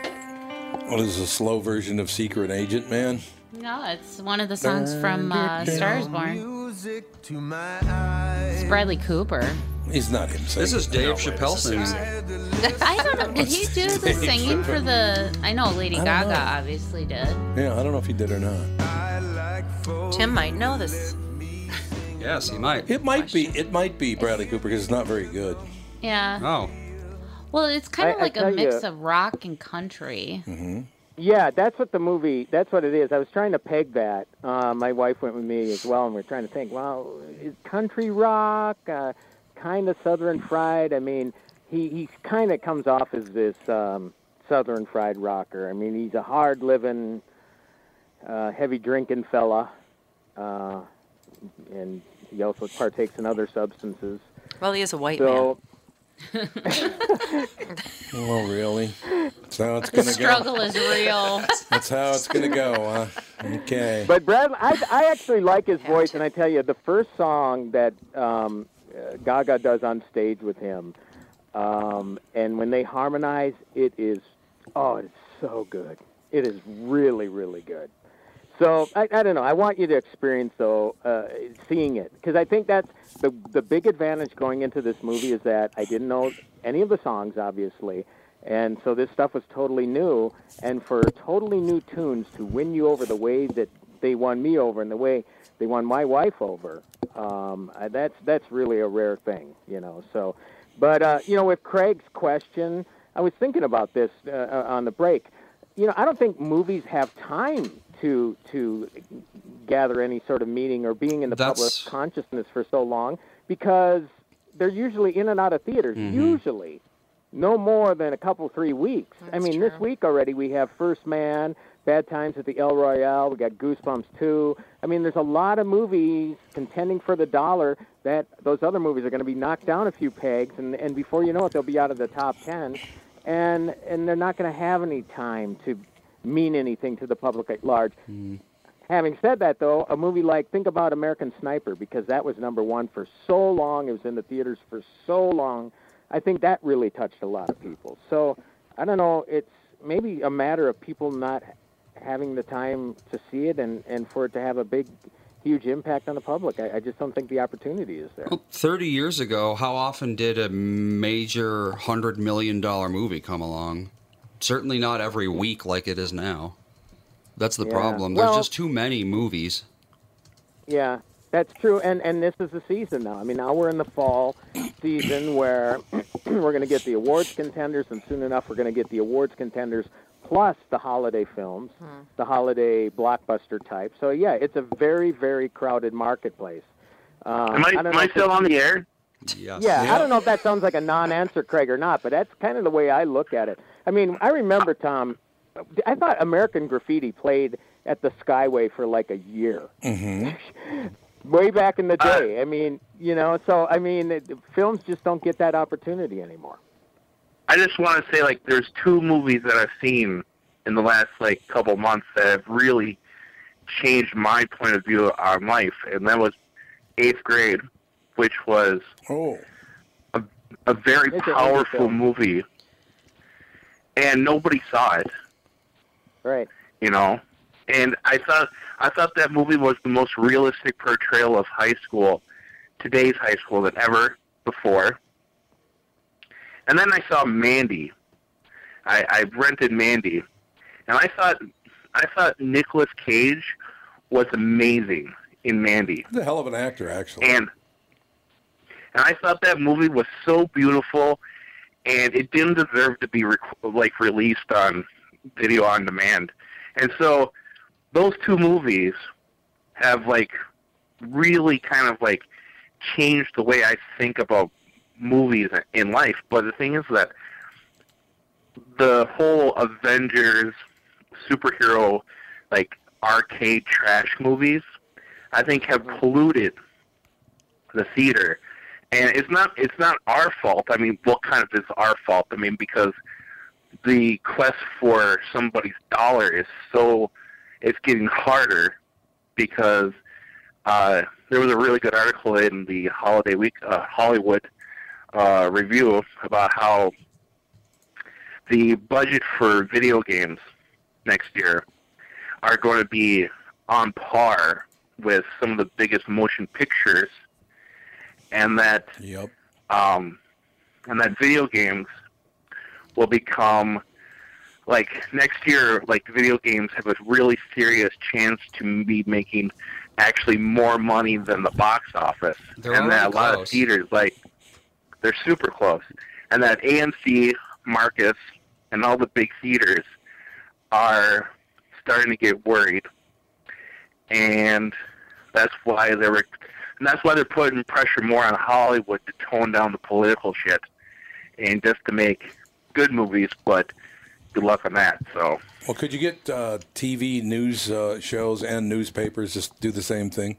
[SPEAKER 8] Well, this is a slow version of Secret Agent Man.
[SPEAKER 5] No, it's one of the songs from uh, Stars Born. It's Bradley Cooper.
[SPEAKER 8] He's not him. Singing.
[SPEAKER 4] This is Dave Chappelle singing.
[SPEAKER 5] I don't know. Did he do the singing for the? I know Lady
[SPEAKER 8] I don't
[SPEAKER 5] Gaga
[SPEAKER 8] know.
[SPEAKER 5] obviously did.
[SPEAKER 8] Yeah, I don't know if he did or not.
[SPEAKER 3] Tim might know this.
[SPEAKER 4] Yes, he might.
[SPEAKER 8] It might be. It might be Bradley Cooper because it's not very good.
[SPEAKER 5] Yeah.
[SPEAKER 4] Oh,
[SPEAKER 5] Well, it's kind of
[SPEAKER 7] I- I
[SPEAKER 5] like a
[SPEAKER 7] tell
[SPEAKER 5] mix
[SPEAKER 7] ya-
[SPEAKER 5] of rock and country.
[SPEAKER 7] Yeah, that's what the movie. That's what it is. I was trying to peg that. Uh, my wife went with me as well, and we are trying to think. Well, is country rock, uh, kind of southern fried. I mean, he he kind of comes off as this um, southern fried rocker. I mean, he's a hard living, uh, heavy drinking fella, uh, and he also partakes in other substances.
[SPEAKER 3] Well, he is a white man.
[SPEAKER 7] So
[SPEAKER 8] Oh, really? That's how it's
[SPEAKER 5] The
[SPEAKER 8] gonna go.
[SPEAKER 5] struggle is real. <laughs>
[SPEAKER 8] That's how it's gonna go, huh? Okay.
[SPEAKER 7] But Brad, I, I actually like his voice, and I tell you, the first song that um, uh, Gaga does on stage with him, um, and when they harmonize, it is, oh, it's so good. It is really, really good. So I, I don't know. I want you to experience though, uh, seeing it, because I think that's the the big advantage going into this movie is that I didn't know any of the songs, obviously, and so this stuff was totally new. And for totally new tunes to win you over the way that they won me over and the way they won my wife over, um, I- that's that's really a rare thing, you know. So, but uh, you know, with Craig's question, I was thinking about this uh, uh, on the break you know, I don't think movies have time to to gather any sort of meaning or being in the
[SPEAKER 4] That's-
[SPEAKER 7] public consciousness for so long because they're usually in and out of theaters. Usually, no more than a couple three weeks. I mean, this week already we have First Man, Bad Times at the El Royale, we got Goosebumps two. I mean, there's a lot of movies contending for the dollar that those other movies are going to be knocked down a few pegs, and and before you know it, they'll be out of the top ten, and and they're not going to have any time to mean anything to the public at large. Having said that, though, a movie like think about American Sniper because that was number one for so long. It was in the theaters for so long. I think that really touched a lot of people. So I don't know. It's maybe a matter of people not having the time to see it and, and for it to have a big, huge impact on the public. I, I just don't think the opportunity is there.
[SPEAKER 4] Well, 30 years ago, how often did a major $100 million movie come along? Certainly not every week like it is now. That's the
[SPEAKER 7] Yeah.
[SPEAKER 4] problem. There's
[SPEAKER 7] Well-
[SPEAKER 4] just too many movies.
[SPEAKER 7] Yeah, that's true. And and this is the season now. I mean, now we're in the fall season where <clears throat> we're going to get the awards contenders, and soon enough we're going to get the awards contenders plus the holiday films, the holiday blockbuster type. So yeah, it's a very very crowded marketplace. Um,
[SPEAKER 6] Am I,
[SPEAKER 7] don't
[SPEAKER 6] am
[SPEAKER 7] know
[SPEAKER 6] I
[SPEAKER 7] if
[SPEAKER 6] still on the air?
[SPEAKER 4] Yes.
[SPEAKER 7] yeah, I don't know if that sounds like a non-answer, Craig, or not, but that's kind of the way I look at it. I mean, I remember Tom. I thought American Graffiti played at the Skyway for like a year, Mm-hmm. <laughs> way back in the
[SPEAKER 6] Uh,
[SPEAKER 7] day. I mean, you know, so I mean, it, films just don't get that opportunity anymore.
[SPEAKER 6] I just want to say, like, there's two movies that I've seen in the last like couple months that have really changed my point of view on life, and that was eighth grade, which was
[SPEAKER 8] Oh,
[SPEAKER 6] a very
[SPEAKER 7] It's a indie
[SPEAKER 6] powerful
[SPEAKER 7] film.
[SPEAKER 6] movie, and nobody saw it.
[SPEAKER 7] Right?
[SPEAKER 6] you know. And I thought I thought that movie was the most realistic portrayal of high school, today's high school than ever before. And then I saw Mandy. I, I rented Mandy, and I thought I thought Nicolas Cage was amazing in Mandy,
[SPEAKER 8] he's a hell of an actor, actually.
[SPEAKER 6] and and I thought that movie was so beautiful, and it didn't deserve to be rec- like released on video on demand. And so those two movies have like really kind of like changed the way I think about movies in life. But the thing is that the whole Avengers superhero like arcade trash movies I think have polluted the theater. And it's not it's not our fault. I mean, what kind of is our fault? I mean, because the quest for somebody's dollar is so it's getting harder because uh, there was a really good article in the Holiday Week uh, Hollywood uh, Review about how the budget for video games next year are going to be on par with some of the biggest motion pictures, and that
[SPEAKER 1] Yep.
[SPEAKER 6] um, and that video games will become like next year like video games have a really serious chance to be making actually more money than the box office
[SPEAKER 4] They're
[SPEAKER 6] and that a
[SPEAKER 4] already
[SPEAKER 6] lot of
[SPEAKER 4] close.
[SPEAKER 6] theaters like they're super close and that amc marcus and all the big theaters are starting to get worried and that's why they were and that's why they're putting pressure more on Hollywood to tone down the political shit and just to make good movies, but good luck on that. So
[SPEAKER 1] Well, could you get uh, TV news uh, shows and newspapers just do the same thing?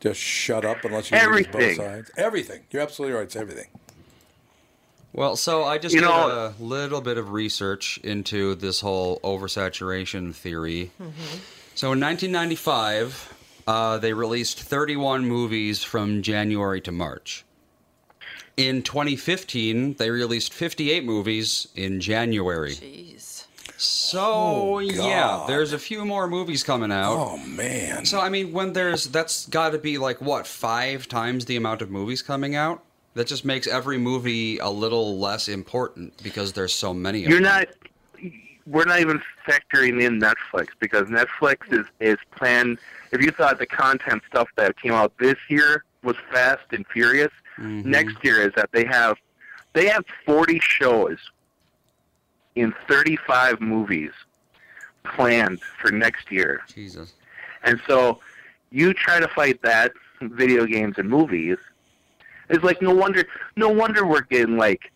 [SPEAKER 1] Just shut up unless you lose both
[SPEAKER 6] Everything.
[SPEAKER 1] sides. Everything. You're absolutely right. It's everything.
[SPEAKER 4] Well, so I just
[SPEAKER 6] You
[SPEAKER 4] did
[SPEAKER 6] know-
[SPEAKER 4] a little bit of research into this whole oversaturation theory. So in 1995, uh, they released 31 movies from January to March. In 2015, they released 58 movies in January.
[SPEAKER 3] Jeez.
[SPEAKER 4] So
[SPEAKER 1] Oh,
[SPEAKER 4] yeah,
[SPEAKER 1] God.
[SPEAKER 4] there's a few more movies coming out.
[SPEAKER 1] Oh man.
[SPEAKER 4] So I mean, when there's that's got to be like what five times the amount of movies coming out. That just makes every movie a little less important because there's so many. of
[SPEAKER 6] you're
[SPEAKER 4] them.
[SPEAKER 6] not we're not even factoring in Netflix because Netflix is, is planned if you thought the content stuff that came out this year was fast and furious, next year is that they have they have forty shows in thirty five movies planned for next year.
[SPEAKER 4] Jesus.
[SPEAKER 6] And so you try to fight that video games and movies. It's like no wonder no wonder we're getting like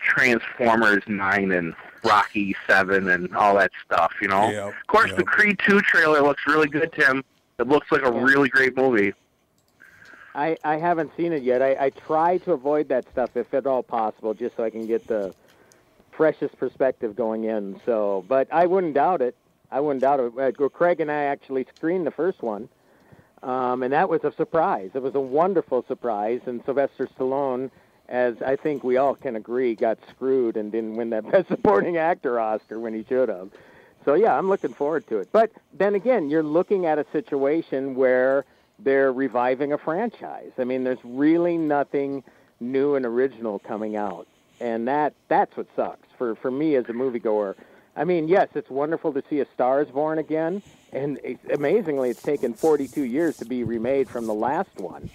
[SPEAKER 6] Transformers nine and Rocky seven and all that stuff, you know?
[SPEAKER 1] Yep,
[SPEAKER 6] of course the
[SPEAKER 1] yep.
[SPEAKER 6] Creed two trailer looks really good, Tim. It looks like a really great movie.
[SPEAKER 7] I, I haven't seen it yet. I, I try to avoid that stuff if at all possible, just so I can get the freshest perspective going in. So, but I wouldn't doubt it. I wouldn't doubt it. Uh, Craig and I actually screened the first one, um, and that was a surprise. It was a wonderful surprise. And Sylvester Stallone, as I think we all can agree, got screwed and didn't win that <laughs> Best Supporting Actor Oscar when he should have. So yeah, I'm looking forward to it. But then again, you're looking at a situation where they're reviving a franchise. I mean, there's really nothing new and original coming out, and that that's what sucks for for me as a moviegoer. I mean, yes, it's wonderful to see a Star is Born again, and it's, amazingly, it's taken 42 years to be remade from the last one.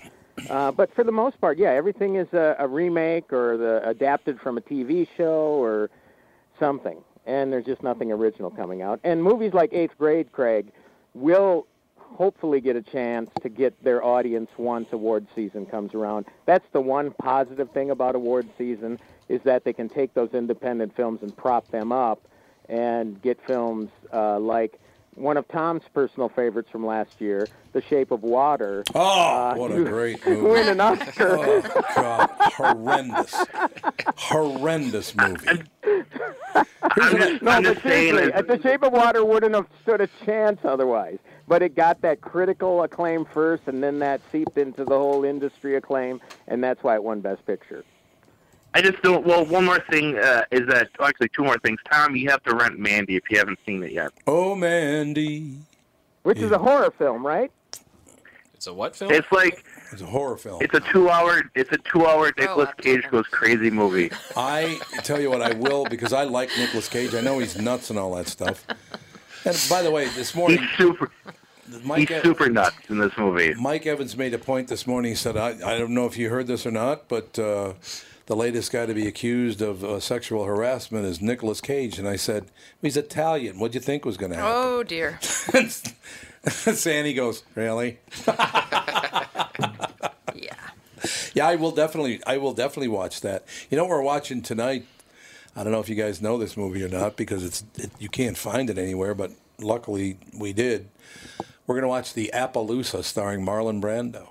[SPEAKER 7] Uh, but for the most part, yeah, everything is a, a remake or the adapted from a TV show or something, and there's just nothing original coming out. And movies like Eighth Grade, Craig, will hopefully get a chance to get their audience once award season comes around. That's the one positive thing about award season is that they can take those independent films and prop them up and get films uh, like one of Tom's personal favorites from last year, The Shape of Water,
[SPEAKER 1] Oh, what a great movie.
[SPEAKER 7] win an Oscar.
[SPEAKER 1] Oh, God. Horrendous. Horrendous movie.
[SPEAKER 6] I'm just,
[SPEAKER 7] No,
[SPEAKER 6] I'm
[SPEAKER 7] but
[SPEAKER 6] just saying
[SPEAKER 7] seriously,
[SPEAKER 6] it's-
[SPEAKER 7] The Shape of Water wouldn't have stood a chance otherwise. But it got that critical acclaim first, and then that seeped into the whole industry acclaim, and that's why it won Best Picture.
[SPEAKER 6] I just don't well one more thing uh, is that oh, actually two more things. Tom, you have to rent Mandy if you haven't seen it yet.
[SPEAKER 1] Oh, Mandy.
[SPEAKER 7] Which is a horror film, right?
[SPEAKER 2] It's a what film?
[SPEAKER 6] It's like
[SPEAKER 1] It's a horror film.
[SPEAKER 6] it's a two hour it's a two hour
[SPEAKER 1] Oh,
[SPEAKER 6] Nicolas
[SPEAKER 3] I've seen
[SPEAKER 6] Cage
[SPEAKER 3] it.
[SPEAKER 6] goes crazy movie.
[SPEAKER 1] I tell you what, I will because I like Nicolas Cage. I know he's nuts and all that stuff. And by the way, this
[SPEAKER 6] He's
[SPEAKER 1] <laughs> morning,
[SPEAKER 6] super
[SPEAKER 1] Mike,
[SPEAKER 6] He's super nuts in this movie.
[SPEAKER 1] Mike Evans made a point this morning. He said, I, I don't know if you heard this or not, but uh, the latest guy to be accused of uh, sexual harassment is Nicolas Cage. And I said, He's Italian. What'd you think was going to happen? <laughs>
[SPEAKER 3] Oh dear.
[SPEAKER 1] Sandy goes, Really?
[SPEAKER 3] Yeah.
[SPEAKER 1] Yeah, I will definitely. I will definitely watch that. You know, we're watching tonight. I don't know if you guys know this movie or not because it's it, you can't find it anywhere. But luckily, we did. We're gonna watch the Appaloosa starring Marlon Brando.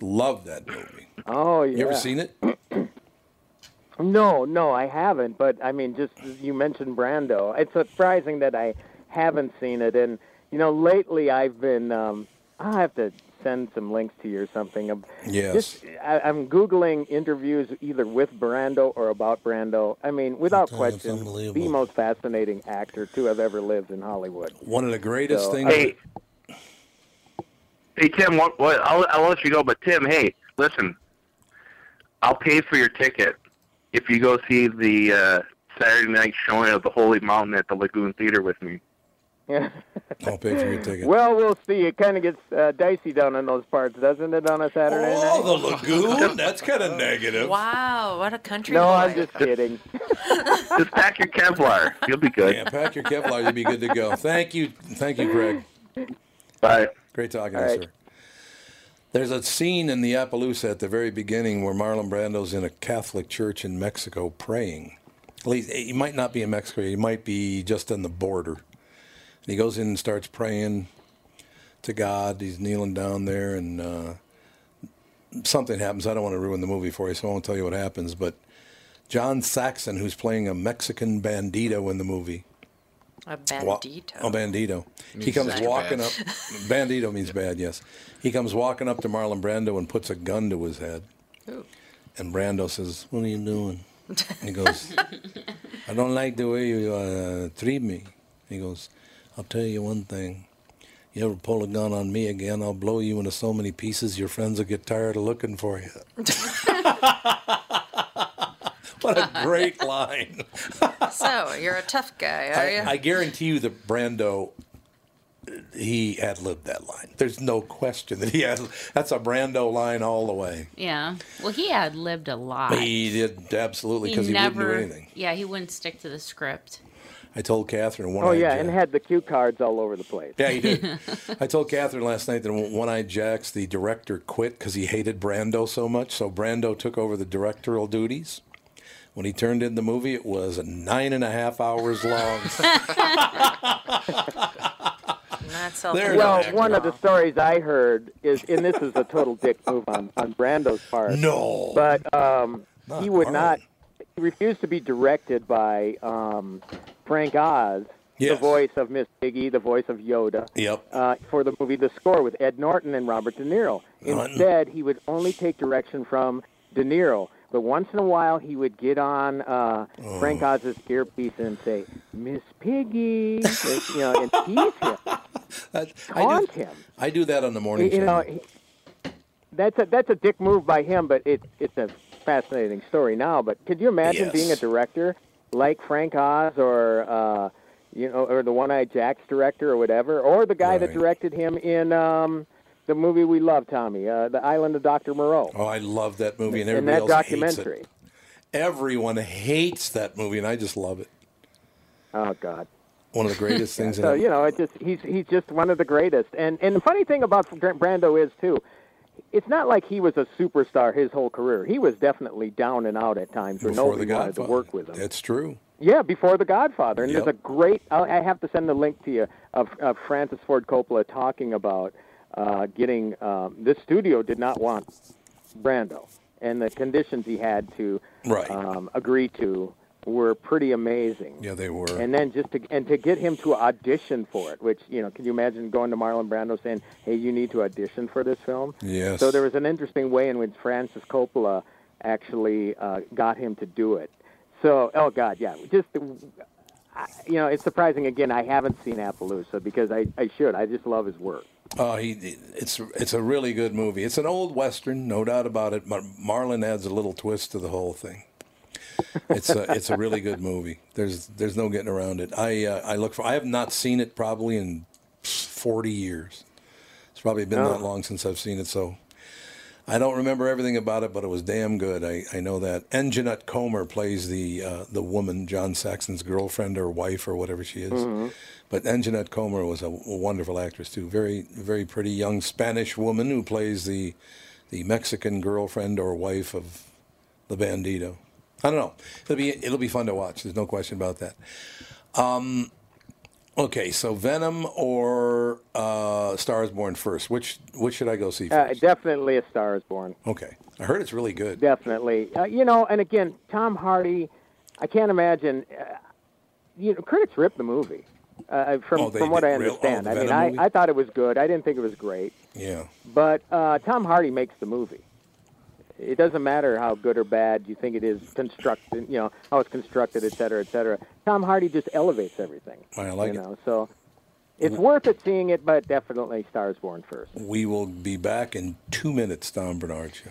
[SPEAKER 1] Love that movie.
[SPEAKER 7] Oh, yeah.
[SPEAKER 1] You ever seen it?
[SPEAKER 7] No, no, I haven't. But I mean, just you mentioned Brando. It's surprising that I haven't seen it. And you know, lately I've been. Um, I'll have to send some links to you or something. Um,
[SPEAKER 1] Yes.
[SPEAKER 7] Just, I, I'm googling interviews either with Brando or about Brando. I mean, without
[SPEAKER 1] Okay, that's
[SPEAKER 7] question, the
[SPEAKER 1] unbelievable.
[SPEAKER 7] most fascinating actor to have ever lived in Hollywood. <laughs>
[SPEAKER 1] One of the greatest
[SPEAKER 7] No,
[SPEAKER 1] things.
[SPEAKER 6] Hey, Hey Tim, what, what, I'll, I'll let you go, but Tim, hey, listen, I'll pay for your ticket if you go see the uh, Saturday night showing of the Holy Mountain at the Lagoon Theater with me.
[SPEAKER 7] Yeah.
[SPEAKER 1] I'll pay for your ticket.
[SPEAKER 7] Well, we'll see. It kind of gets uh, dicey down in those parts, doesn't it, on a Saturday night?
[SPEAKER 1] the lagoon? That's kind
[SPEAKER 7] <laughs>
[SPEAKER 1] of negative.
[SPEAKER 3] Wow, what a country
[SPEAKER 7] No,
[SPEAKER 3] boy.
[SPEAKER 7] I'm just kidding. <laughs>
[SPEAKER 6] Just pack your Kevlar. You'll be good.
[SPEAKER 1] Yeah, pack your Kevlar. You'll be good to go. Thank you. Thank you, Greg.
[SPEAKER 6] Bye.
[SPEAKER 1] Great talking
[SPEAKER 7] All
[SPEAKER 1] to you,
[SPEAKER 7] right.
[SPEAKER 1] sir. There's a scene in the Appaloosa at the very beginning where Marlon Brando's in a Catholic church in Mexico praying. At least he might not be in Mexico, he might be just on the border. And he goes in and starts praying to God. He's kneeling down there, and uh, something happens. I don't want to ruin the movie for you, so I won't tell you what happens. But John Saxon, who's playing a Mexican bandito in the movie,
[SPEAKER 3] a
[SPEAKER 1] Wa-
[SPEAKER 3] bandito.
[SPEAKER 1] Oh, bandito. He comes
[SPEAKER 10] bad.
[SPEAKER 1] walking up. Bandito means bad, yes. He comes walking up to Marlon Brando and puts a gun to his head. And Brando says, What are you doing? And he goes, I don't like the way you uh, treat me. He goes, I'll tell you one thing. You ever pull a gun on me again, I'll blow you into so many pieces your friends will get tired of looking for you. <laughs> what a great line.
[SPEAKER 3] So you're a tough guy, are you?
[SPEAKER 1] I, I guarantee you that Brando, he ad libbed that line. There's no question that he had. That's a Brando line all the way.
[SPEAKER 5] Yeah. Well, he had lived a lot.
[SPEAKER 1] He did absolutely because he, wouldn't do anything.
[SPEAKER 5] Yeah, he wouldn't stick to the script.
[SPEAKER 1] I told Catherine one.
[SPEAKER 7] Oh, yeah, and had the cue cards all over the place.
[SPEAKER 1] Yeah, he did. I told Catherine last night that One Eyed Jack's the director quit because he hated Brando so much. So Brando took over the directorial duties. When he turned in the movie, it was nine and a half hours
[SPEAKER 7] <laughs>
[SPEAKER 1] long.
[SPEAKER 3] Not
[SPEAKER 1] There
[SPEAKER 3] self-aware.
[SPEAKER 1] it
[SPEAKER 7] Well,
[SPEAKER 1] Correct.
[SPEAKER 7] one of the stories I heard is, and this is a total dick move on, on Brando's part.
[SPEAKER 1] no,
[SPEAKER 7] but um,
[SPEAKER 1] Not
[SPEAKER 7] he would
[SPEAKER 1] Marlon.
[SPEAKER 7] not. He refused to be directed by um, Frank Oz,
[SPEAKER 1] Yes.
[SPEAKER 7] the voice of Miss Piggy, the voice of Yoda,
[SPEAKER 1] Yep.
[SPEAKER 7] uh, for the movie The Score with Ed Norton and Robert De Niro.
[SPEAKER 1] Norton.
[SPEAKER 7] Instead, he would only take direction from De Niro. But once in a while, he would get on uh, Frank Oz's earpiece and say, "Miss Piggy," you know, and tease him,
[SPEAKER 1] That- I,
[SPEAKER 7] taunt
[SPEAKER 1] do,
[SPEAKER 7] him.
[SPEAKER 1] I do that on the morning
[SPEAKER 7] You
[SPEAKER 1] show.
[SPEAKER 7] know, he- that's a that's a dick move by him, but it it's a fascinating story now. But could you imagine
[SPEAKER 1] Yes.
[SPEAKER 7] being a director like Frank Oz or uh, you know, or the One Eyed Jack's director or whatever, or the guy that
[SPEAKER 1] Right.
[SPEAKER 7] directed him in um, the movie we love, Tommy, uh, The Island of Doctor Moreau,
[SPEAKER 1] Oh, I love that movie, and
[SPEAKER 7] in
[SPEAKER 1] everybody
[SPEAKER 7] that
[SPEAKER 1] else
[SPEAKER 7] documentary.
[SPEAKER 1] hates it. Everyone hates that movie, and I just love it.
[SPEAKER 7] Oh God.
[SPEAKER 1] One of the greatest
[SPEAKER 7] <laughs>
[SPEAKER 1] things.
[SPEAKER 7] So
[SPEAKER 1] in
[SPEAKER 7] you know, it just he's he's just one of the greatest. And and the funny thing about Fr- Brando is too, it's not like he was a superstar his whole career. He was definitely down and out at times, where
[SPEAKER 1] before the
[SPEAKER 7] nobody wanted
[SPEAKER 1] Godfather.
[SPEAKER 7] to work with him.
[SPEAKER 1] That's true.
[SPEAKER 7] Yeah, before The Godfather, and
[SPEAKER 1] Yep.
[SPEAKER 7] there's a great. I I have to send the link to you of, of Francis Ford Coppola talking about uh, getting. Um, this studio did not want Brando, and the conditions he had to
[SPEAKER 1] Right.
[SPEAKER 7] um, agree to were pretty amazing.
[SPEAKER 1] Yeah, they were.
[SPEAKER 7] And then just to and to get him to audition for it, which you know, can you imagine going to Marlon Brando saying, "Hey, you need to audition for this film"?
[SPEAKER 1] Yes.
[SPEAKER 7] So there was an interesting way in which Francis Coppola actually uh, got him to do it. So, oh God, yeah, just I- you know, it's surprising. Again, I haven't seen Appaloosa because I, I should. I just love his work.
[SPEAKER 1] Oh, he, it's it's a really good movie. It's an old western, no doubt about it. Mar- Marlon adds a little twist to the whole thing. It's a it's a really good movie. There's there's no getting around it. I uh, I look for. I have not seen it probably in forty years. It's probably been that long since I've seen it. So I don't remember everything about it, but it was damn good. I, I know that. And Jeanette Comer plays the uh, the woman, John Saxon's girlfriend or wife or whatever she is. But Anjanette Comer was a wonderful actress too. Very very pretty young Spanish woman who plays the the Mexican girlfriend or wife of the bandito. I don't know. It'll be it'll be fun to watch. There's no question about that. Um, okay, so Venom or uh, Stars Born first. Which which should I go see
[SPEAKER 7] Uh,
[SPEAKER 1] first?
[SPEAKER 7] definitely, A Star Is Born.
[SPEAKER 1] Okay. I heard it's really good.
[SPEAKER 7] Definitely. Uh, you know, and again, Tom Hardy, I can't imagine. Uh, you know, critics ripped the movie. Uh, from
[SPEAKER 1] Oh, they
[SPEAKER 7] from what
[SPEAKER 1] did
[SPEAKER 7] I
[SPEAKER 1] real- oh,
[SPEAKER 7] understand,
[SPEAKER 1] the
[SPEAKER 7] I mean,
[SPEAKER 1] Venom
[SPEAKER 7] I,
[SPEAKER 1] movie?
[SPEAKER 7] I thought it was good. I didn't think it was great,
[SPEAKER 1] Yeah.
[SPEAKER 7] but uh, Tom Hardy makes the movie. It doesn't matter how good or bad you think it is constructed, you know, how it's constructed, et cetera, et cetera. Tom Hardy just elevates everything.
[SPEAKER 1] I like
[SPEAKER 7] you
[SPEAKER 1] it.
[SPEAKER 7] know, so It's worth it seeing it, but definitely Stars Born first.
[SPEAKER 8] We will be back in two minutes, Tom Bernard Show.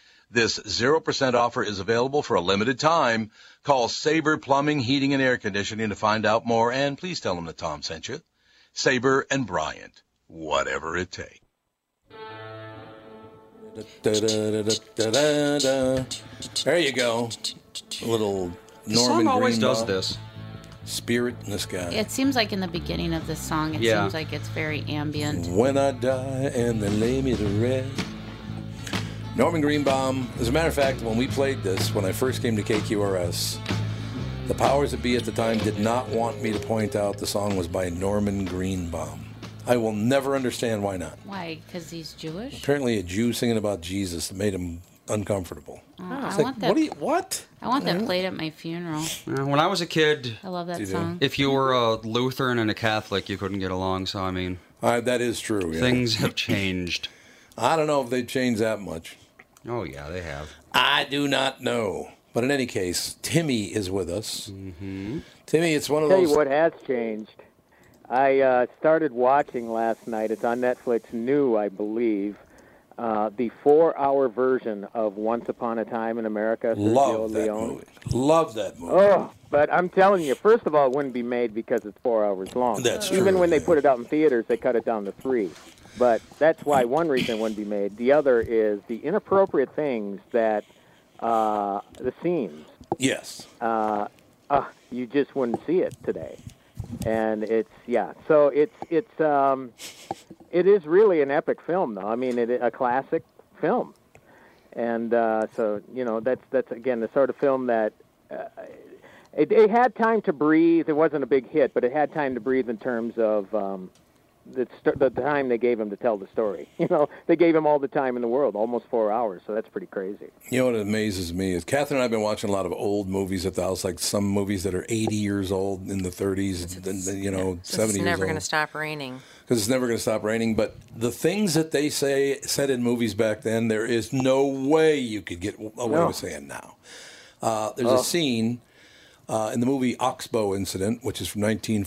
[SPEAKER 1] This 0% offer is available for a limited time. Call Sabre Plumbing, Heating, and Air Conditioning to find out more, and please tell them that Tom sent you. Sabre and Bryant, whatever it takes.
[SPEAKER 8] Da-da-da-da-da-da. There you go. A little
[SPEAKER 4] The
[SPEAKER 8] Norman
[SPEAKER 4] song always does
[SPEAKER 8] Greenbaum.
[SPEAKER 4] this.
[SPEAKER 8] Spirit in the sky.
[SPEAKER 5] It seems like in the beginning of the song, it
[SPEAKER 8] Yeah.
[SPEAKER 5] seems like it's very ambient.
[SPEAKER 8] When I die and they lay me to rest. Norman Greenbaum. As a matter of fact, when we played this, when I first came to KQRS, the powers that be at the time did not want me to point out the song was by Norman Greenbaum. I will never understand why not.
[SPEAKER 5] Why? Because he's Jewish?
[SPEAKER 8] Apparently, a Jew singing about Jesus made him uncomfortable.
[SPEAKER 5] Oh,
[SPEAKER 8] It's
[SPEAKER 5] I
[SPEAKER 8] like,
[SPEAKER 5] want that.
[SPEAKER 8] what do you- what?
[SPEAKER 5] I want that
[SPEAKER 8] Alright.
[SPEAKER 5] played at my funeral.
[SPEAKER 4] Uh, When I was a kid,
[SPEAKER 5] I love that Do you? song.
[SPEAKER 4] If you were a Lutheran and a Catholic, you couldn't get along. So I mean,
[SPEAKER 8] that is true. yeah.
[SPEAKER 4] Things have changed.
[SPEAKER 8] I don't know if they've changed that much.
[SPEAKER 4] Oh yeah, they have.
[SPEAKER 8] I do not know. But in any case, Timmy is with us. Mm-hmm. Timmy, it's one of
[SPEAKER 7] Tell
[SPEAKER 8] those.
[SPEAKER 7] you what has changed. I uh, started watching last night. It's on Netflix, new, I believe. Uh, the four-hour version of Once Upon a Time in America. Sergio
[SPEAKER 8] Love that
[SPEAKER 7] Leone.
[SPEAKER 8] movie. Love that movie.
[SPEAKER 7] Oh, but I'm telling you, first of all, it wouldn't be made because it's four hours long.
[SPEAKER 8] That's
[SPEAKER 7] Even
[SPEAKER 8] true,
[SPEAKER 7] when they put it out in theaters, they cut it down to three. But that's why one reason it wouldn't be made. The other is the inappropriate things that uh, the scenes
[SPEAKER 8] Yes.
[SPEAKER 7] uh, uh, you just wouldn't see it today. And it's yeah, so it's it's um, it is really an epic film though. I mean, it a classic film, and uh, so you know that's that's again the sort of film that uh, it, it had time to breathe. It wasn't a big hit, but it had time to breathe in terms of um, the, st- the time they gave him to tell the story. <laughs> You know, they gave him all the time in the world, almost four hours. So that's pretty crazy.
[SPEAKER 8] You know what amazes me is Catherine and I have been watching a lot of old movies at the house, like some movies that are 80 years old in the 30s, and then, you know, 70
[SPEAKER 3] It's
[SPEAKER 8] years
[SPEAKER 3] never going to
[SPEAKER 8] old.
[SPEAKER 3] stop raining.
[SPEAKER 8] Because it's never going to stop raining. But the things that they say said in movies back then, there is no way you could get away
[SPEAKER 1] No.
[SPEAKER 8] with saying now. Uh, there's
[SPEAKER 1] Oh.
[SPEAKER 8] a scene uh, in the movie Oxbow Incident, which is from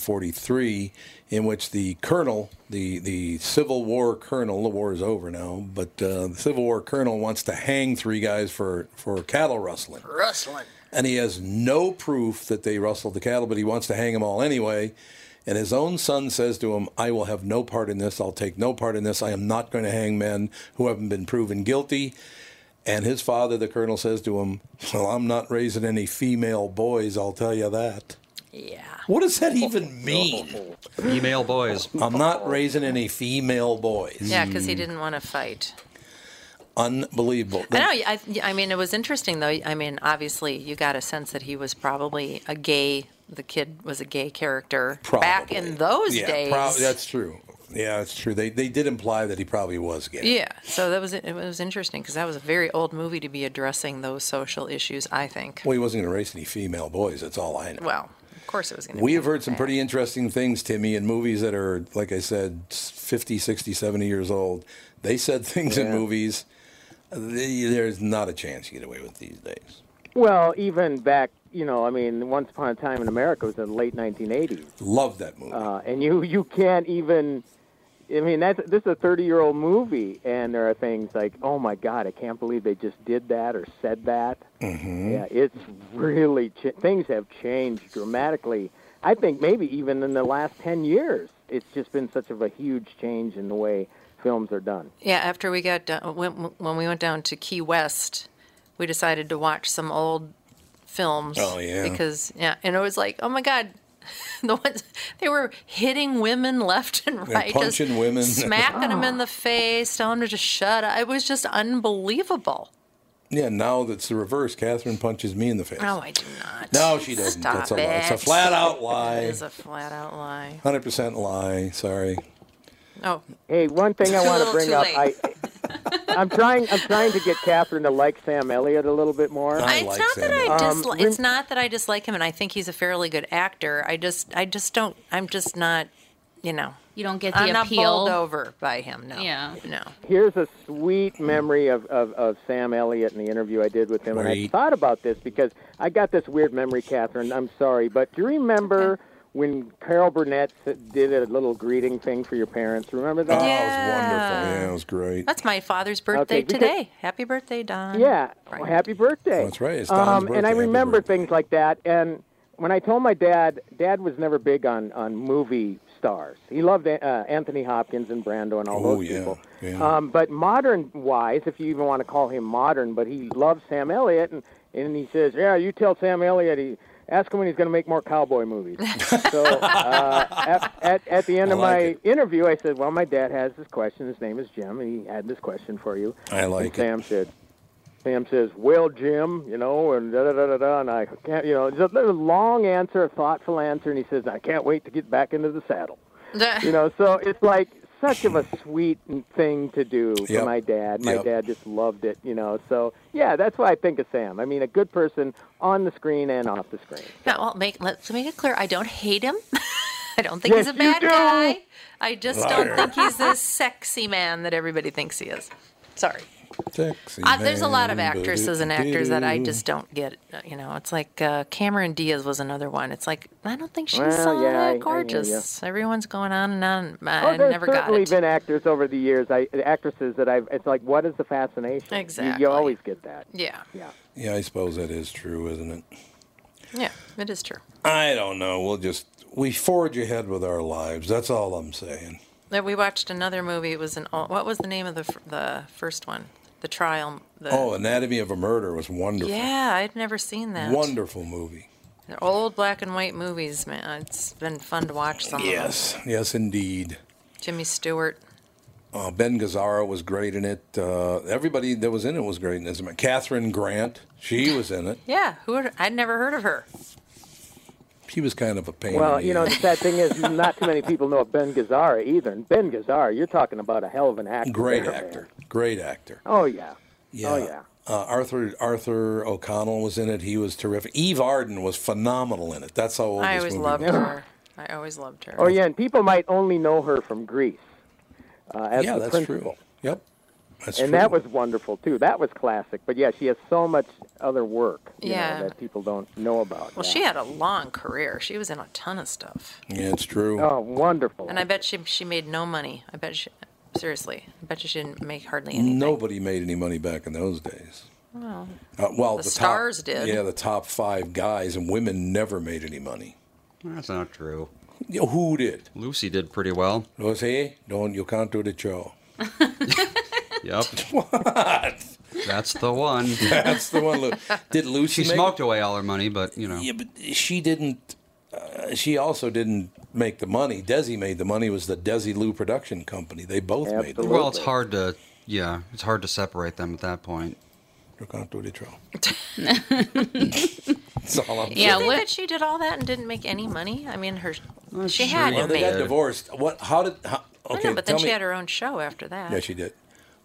[SPEAKER 8] 1943, in which the colonel, the, the Civil War colonel, the war is over now, but uh, the Civil War colonel wants to hang three guys for, for cattle rustling.
[SPEAKER 2] Rustling.
[SPEAKER 8] And he has no proof that they rustled the cattle, but he wants to hang them all anyway. And his own son says to him, I will have no part in this. I'll take no part in this. I am not going to hang men who haven't been proven guilty. And his father, the colonel, says to him, Well, I'm not raising any female boys, I'll tell you that.
[SPEAKER 3] Yeah.
[SPEAKER 8] What does that even mean?
[SPEAKER 4] Female boys.
[SPEAKER 8] I'm not raising any female boys.
[SPEAKER 3] Yeah, because
[SPEAKER 8] Mm.
[SPEAKER 3] he didn't want to fight.
[SPEAKER 8] Unbelievable.
[SPEAKER 3] I know. I, I mean, it was interesting though. I mean, obviously, you got a sense that he was probably a gay. The kid was a gay character back in those
[SPEAKER 8] yeah,
[SPEAKER 3] days.
[SPEAKER 8] prob- that's true. Yeah, that's true. They, they did imply that he probably was gay.
[SPEAKER 3] Yeah, so that was it was interesting because that was a very old movie to be addressing those social issues. I think.
[SPEAKER 8] Well, he wasn't going to race any female boys. That's all I know.
[SPEAKER 3] Well, of course it was going to.
[SPEAKER 8] we
[SPEAKER 3] be
[SPEAKER 8] have heard some
[SPEAKER 3] bad.
[SPEAKER 8] pretty interesting things, Timmy, in movies that are, like I said, 50, 60, 70 years old.
[SPEAKER 1] <laughs>
[SPEAKER 8] They said things in
[SPEAKER 7] Yeah.
[SPEAKER 8] movies. they- There's not a chance you get away with these days.
[SPEAKER 7] Well, even back, you know, I mean, Once Upon a Time in America was in the late 1980s.
[SPEAKER 1] Love that movie.
[SPEAKER 7] Uh, and you you can't even. I mean, that's this is a 30 year old movie, and there are things like, oh my God, I can't believe they just did that or said that.
[SPEAKER 1] Mm-hmm.
[SPEAKER 7] Yeah, it's really ch- things have changed dramatically. I think maybe even in the last 10 years, it's just been such of a huge change in the way films are done.
[SPEAKER 3] Yeah, after we got done, when, when we went down to Key West, we decided to watch some old films.
[SPEAKER 1] Oh, yeah.
[SPEAKER 3] Because yeah, and it was like, oh my god, <laughs> the ones they were hitting women left and
[SPEAKER 1] They're
[SPEAKER 3] right, just
[SPEAKER 1] punching women. <laughs>
[SPEAKER 3] smacking them in the face, telling them to shut up. It was just unbelievable.
[SPEAKER 1] Yeah, now that's the reverse. Catherine punches me in the face.
[SPEAKER 3] No, I do not.
[SPEAKER 1] No, she doesn't.
[SPEAKER 3] Oh, Stop
[SPEAKER 1] That's a
[SPEAKER 3] it.
[SPEAKER 1] lie. It's a flat out lie.
[SPEAKER 3] It is a flat out lie.
[SPEAKER 1] 100% lie. Sorry.
[SPEAKER 3] Oh,
[SPEAKER 7] Hey, one thing I
[SPEAKER 3] <laughs> Too
[SPEAKER 7] want to
[SPEAKER 3] little,
[SPEAKER 7] bring
[SPEAKER 3] too
[SPEAKER 7] up, I,
[SPEAKER 3] late.
[SPEAKER 7] I'm trying, I'm trying to get Catherine to like Sam Elliott a little bit more.
[SPEAKER 1] I
[SPEAKER 3] it's
[SPEAKER 1] like
[SPEAKER 3] not that
[SPEAKER 1] Sam.
[SPEAKER 3] I
[SPEAKER 7] Um,
[SPEAKER 3] dislike.
[SPEAKER 7] rem-
[SPEAKER 3] it's not that I dislike him, and I think he's a fairly good actor. I just, I just don't. I'm just not. You know,
[SPEAKER 5] You don't get the
[SPEAKER 3] I'm not
[SPEAKER 5] appeal.
[SPEAKER 3] bowled over by him. No.
[SPEAKER 5] Yeah.
[SPEAKER 3] No.
[SPEAKER 7] Here's a sweet memory of, of, of Sam Elliott in the interview I did with him. And I
[SPEAKER 1] Sweet.
[SPEAKER 7] thought about this because I got this weird memory, Catherine. I'm sorry. But do you remember when Carol Burnett s- did a little greeting thing for your parents? Remember that?
[SPEAKER 1] Oh, it was
[SPEAKER 3] Yeah.
[SPEAKER 1] wonderful. Yeah, it was great.
[SPEAKER 3] That's my father's birthday
[SPEAKER 7] Okay, because-
[SPEAKER 3] today. Happy birthday, Don. <laughs>
[SPEAKER 7] Yeah.
[SPEAKER 3] Right.
[SPEAKER 7] Well, happy birthday.
[SPEAKER 1] That's right, it's Don's
[SPEAKER 7] um,
[SPEAKER 1] birthday.
[SPEAKER 7] And I
[SPEAKER 1] Happy
[SPEAKER 7] remember
[SPEAKER 1] birthday.
[SPEAKER 7] things like that. And when I told my dad, Dad was never big on, on movie stars. He loved uh, Anthony Hopkins and Brando and all
[SPEAKER 1] Oh,
[SPEAKER 7] those
[SPEAKER 1] yeah,
[SPEAKER 7] people.
[SPEAKER 1] yeah.
[SPEAKER 7] Um, but modern wise, if you even want to call him modern, but he loves Sam Elliott. And, and he says, Yeah, you tell Sam Elliott. He, Ask him when he's going to make more cowboy
[SPEAKER 1] <laughs>
[SPEAKER 7] movies. so uh, at, at, at the end
[SPEAKER 1] I
[SPEAKER 7] of
[SPEAKER 1] like
[SPEAKER 7] my
[SPEAKER 1] it.
[SPEAKER 7] interview, I said, "Well, my dad has this question. His name is Jim, and he had this question for you."
[SPEAKER 1] I like
[SPEAKER 7] and
[SPEAKER 1] it.
[SPEAKER 7] Sam said, Sam says, "Well, Jim, you know," and da da da da da, and I can't, you know, it's a, a long answer, a thoughtful answer, and he says, "I can't wait to get back into the
[SPEAKER 3] <laughs>
[SPEAKER 7] saddle." You know, so it's like such of a sweet thing to do for
[SPEAKER 1] Yep.
[SPEAKER 7] my dad. My
[SPEAKER 1] Yep.
[SPEAKER 7] dad just loved it, you know. So yeah, that's why I think of Sam. I mean, a good person on the screen and off the screen.
[SPEAKER 3] No, well, make let's make it clear. I don't hate him. <laughs> I don't think
[SPEAKER 7] Yes,
[SPEAKER 3] he's a
[SPEAKER 7] you
[SPEAKER 3] bad
[SPEAKER 7] do.
[SPEAKER 3] guy. I just don't
[SPEAKER 1] Liar.
[SPEAKER 3] think he's this sexy man that everybody thinks he is. Sorry.
[SPEAKER 1] Sexy
[SPEAKER 3] Uh, there's a lot of
[SPEAKER 1] man,
[SPEAKER 3] actresses and actors that I
[SPEAKER 1] ba-do-do-do.
[SPEAKER 3] just don't get. uh, You know, it's like uh, Cameron Diaz was another one. It's like I don't think she's
[SPEAKER 7] Well,
[SPEAKER 3] all
[SPEAKER 7] yeah, I- I hear
[SPEAKER 3] that gorgeous. Everyone's going on and on. I
[SPEAKER 7] oh, there's
[SPEAKER 3] never got
[SPEAKER 7] certainly
[SPEAKER 3] it.
[SPEAKER 7] been actors over the years, I, actresses that I've. It's like, what is the fascination? You-
[SPEAKER 3] Exactly.
[SPEAKER 7] You, always get that.
[SPEAKER 3] yeah,
[SPEAKER 7] Yeah.
[SPEAKER 1] Yeah, I suppose that is true, isn't it?
[SPEAKER 3] yeah, it is true.
[SPEAKER 1] I don't know. We'll just we forge ahead with our lives. That's all I'm saying.
[SPEAKER 3] That we watched another movie. It was an all- what was the name of the fir- the first one? The trial. The,
[SPEAKER 1] Oh, Anatomy of a Murder was wonderful.
[SPEAKER 3] yeah, I'd never seen that.
[SPEAKER 1] Wonderful movie.
[SPEAKER 3] They're old black and white movies, man. It's been fun to watch some of them.
[SPEAKER 1] Yes, yes, indeed.
[SPEAKER 3] Jimmy Stewart.
[SPEAKER 1] Uh, ben Gazzara was great in it. Uh, everybody that was in it was great in it. Catherine Grant, she was in it.
[SPEAKER 3] Yeah, who would, I'd never heard of her.
[SPEAKER 1] She was kind of a pain.
[SPEAKER 7] Well,
[SPEAKER 1] in the
[SPEAKER 7] you know,
[SPEAKER 1] ass.
[SPEAKER 7] the sad thing is, not too many people know of Ben Gazzara either. And Ben Gazzara, you're talking about a hell of an actor.
[SPEAKER 1] great
[SPEAKER 7] there, man.
[SPEAKER 1] actor, great actor.
[SPEAKER 7] Oh, yeah.
[SPEAKER 1] Yeah.
[SPEAKER 7] Oh, yeah.
[SPEAKER 1] Uh, Arthur Arthur O'Connell was in it. He was terrific. Eve Arden was phenomenal in it. That's how old
[SPEAKER 3] I
[SPEAKER 1] this
[SPEAKER 3] always
[SPEAKER 1] movie
[SPEAKER 3] loved
[SPEAKER 1] was.
[SPEAKER 3] her. I always loved her.
[SPEAKER 7] Oh, yeah, and people might only know her from Greece uh, as
[SPEAKER 1] Yeah,
[SPEAKER 7] the
[SPEAKER 1] that's
[SPEAKER 7] principal.
[SPEAKER 1] true. Yep, that's
[SPEAKER 7] And
[SPEAKER 1] true.
[SPEAKER 7] that was wonderful, too. That was classic. But, yeah, she has so much other work you know,
[SPEAKER 3] Yeah.
[SPEAKER 7] that people don't know about.
[SPEAKER 3] Well, she had a long career. She was in a ton of stuff,
[SPEAKER 1] yeah, it's true.
[SPEAKER 7] Oh, wonderful.
[SPEAKER 3] and I bet she she made no money. I bet she seriously. I bet you she didn't make hardly anything.
[SPEAKER 1] Nobody made any money back in those days.
[SPEAKER 3] Well,
[SPEAKER 1] Uh, well,
[SPEAKER 3] The
[SPEAKER 1] the, top-
[SPEAKER 3] stars did.
[SPEAKER 1] Yeah, the top five guys and women never made any money.
[SPEAKER 4] That's not true.
[SPEAKER 1] You know, who did?
[SPEAKER 4] Lucy did pretty well.
[SPEAKER 1] Los hey, don't you can't do the show.
[SPEAKER 4] Yep.
[SPEAKER 1] What?
[SPEAKER 4] That's the one.
[SPEAKER 1] <laughs> That's the one. Lu- Did Lucy?
[SPEAKER 4] She
[SPEAKER 1] make-
[SPEAKER 4] smoked away all her money, but you know.
[SPEAKER 1] Yeah, but she didn't. Uh, she also didn't make the money. Desi made the money. It Was the Desi Lou Production Company? They both made the
[SPEAKER 7] Absolutely.
[SPEAKER 4] Well, it's hard to yeah, it's hard to separate them at that point.
[SPEAKER 1] You can't do the show.
[SPEAKER 3] <laughs>
[SPEAKER 1] <laughs> That's all I'm
[SPEAKER 5] Yeah,
[SPEAKER 1] saying.
[SPEAKER 3] think
[SPEAKER 5] what-
[SPEAKER 3] that she did all that and didn't make any money. I mean, her she
[SPEAKER 4] sure.
[SPEAKER 3] had
[SPEAKER 4] Well,
[SPEAKER 1] Well,
[SPEAKER 3] it
[SPEAKER 1] they
[SPEAKER 3] made.
[SPEAKER 1] got divorced. What? How did? How,
[SPEAKER 3] I
[SPEAKER 1] okay,
[SPEAKER 3] know, but then
[SPEAKER 1] tell
[SPEAKER 3] she
[SPEAKER 1] me.
[SPEAKER 3] had her own show after that.
[SPEAKER 1] Yeah, she did.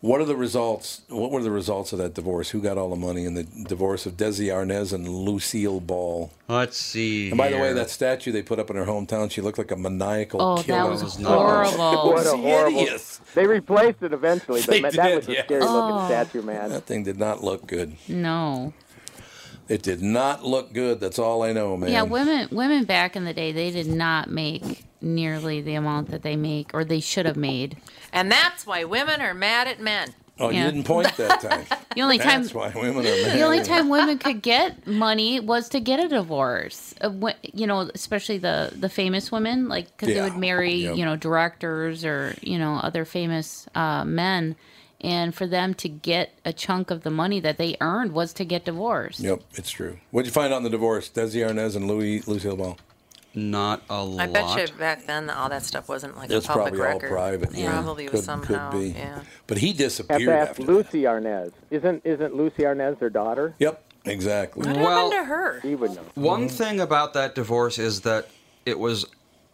[SPEAKER 1] What are the results? What were the results of that divorce? Who got all the money in the divorce of Desi Arnaz and Lucille Ball?
[SPEAKER 4] Let's see.
[SPEAKER 1] And by the way,
[SPEAKER 4] here.
[SPEAKER 1] that statue they put up in her hometown, she looked like a maniacal
[SPEAKER 5] Oh,
[SPEAKER 1] killer.
[SPEAKER 5] that was
[SPEAKER 4] was not-
[SPEAKER 5] horrible.
[SPEAKER 7] <laughs> what a horrible.
[SPEAKER 1] hideous.
[SPEAKER 7] They replaced it eventually, but
[SPEAKER 1] They
[SPEAKER 7] man, that
[SPEAKER 3] Oh.
[SPEAKER 1] did,
[SPEAKER 7] was a
[SPEAKER 1] yes.
[SPEAKER 7] scary looking statue, man.
[SPEAKER 1] That thing did not look good.
[SPEAKER 5] No.
[SPEAKER 1] It did not look good. That's all I know, man.
[SPEAKER 5] Yeah, women women back in the day they did not make nearly the amount that they make or they should have made.
[SPEAKER 3] And that's why women are mad at men.
[SPEAKER 1] oh,
[SPEAKER 5] yeah.
[SPEAKER 1] you didn't point
[SPEAKER 5] <laughs>
[SPEAKER 1] that time.
[SPEAKER 5] The only time
[SPEAKER 1] That's why women are mad.
[SPEAKER 5] the only time women
[SPEAKER 1] <laughs>
[SPEAKER 5] could get money was to get a divorce. Uh, wh- You know, especially the the famous women, like because they
[SPEAKER 1] Yeah.
[SPEAKER 5] would marry
[SPEAKER 1] Yep.
[SPEAKER 5] you know directors or you know other famous uh, men, and for them to get a chunk of the money that they earned was to get divorced.
[SPEAKER 1] Yep, it's true. What'd you find on the divorce? Desi Arnaz and Louis Lucille Ball.
[SPEAKER 4] Not a lot.
[SPEAKER 3] I bet you back then all that stuff wasn't like
[SPEAKER 1] It's
[SPEAKER 3] a public
[SPEAKER 1] probably all
[SPEAKER 3] record.
[SPEAKER 1] private. Yeah.
[SPEAKER 3] Probably was
[SPEAKER 1] could,
[SPEAKER 3] somehow.
[SPEAKER 1] Could be.
[SPEAKER 3] Yeah.
[SPEAKER 1] But he disappeared
[SPEAKER 7] FF
[SPEAKER 1] after.
[SPEAKER 7] Lucy Arnez. Isn't isn't Lucy Arnez their daughter?
[SPEAKER 1] Yep, exactly.
[SPEAKER 3] What
[SPEAKER 4] Well-
[SPEAKER 3] happened to her?
[SPEAKER 7] He would know.
[SPEAKER 4] One thing about that divorce is that it was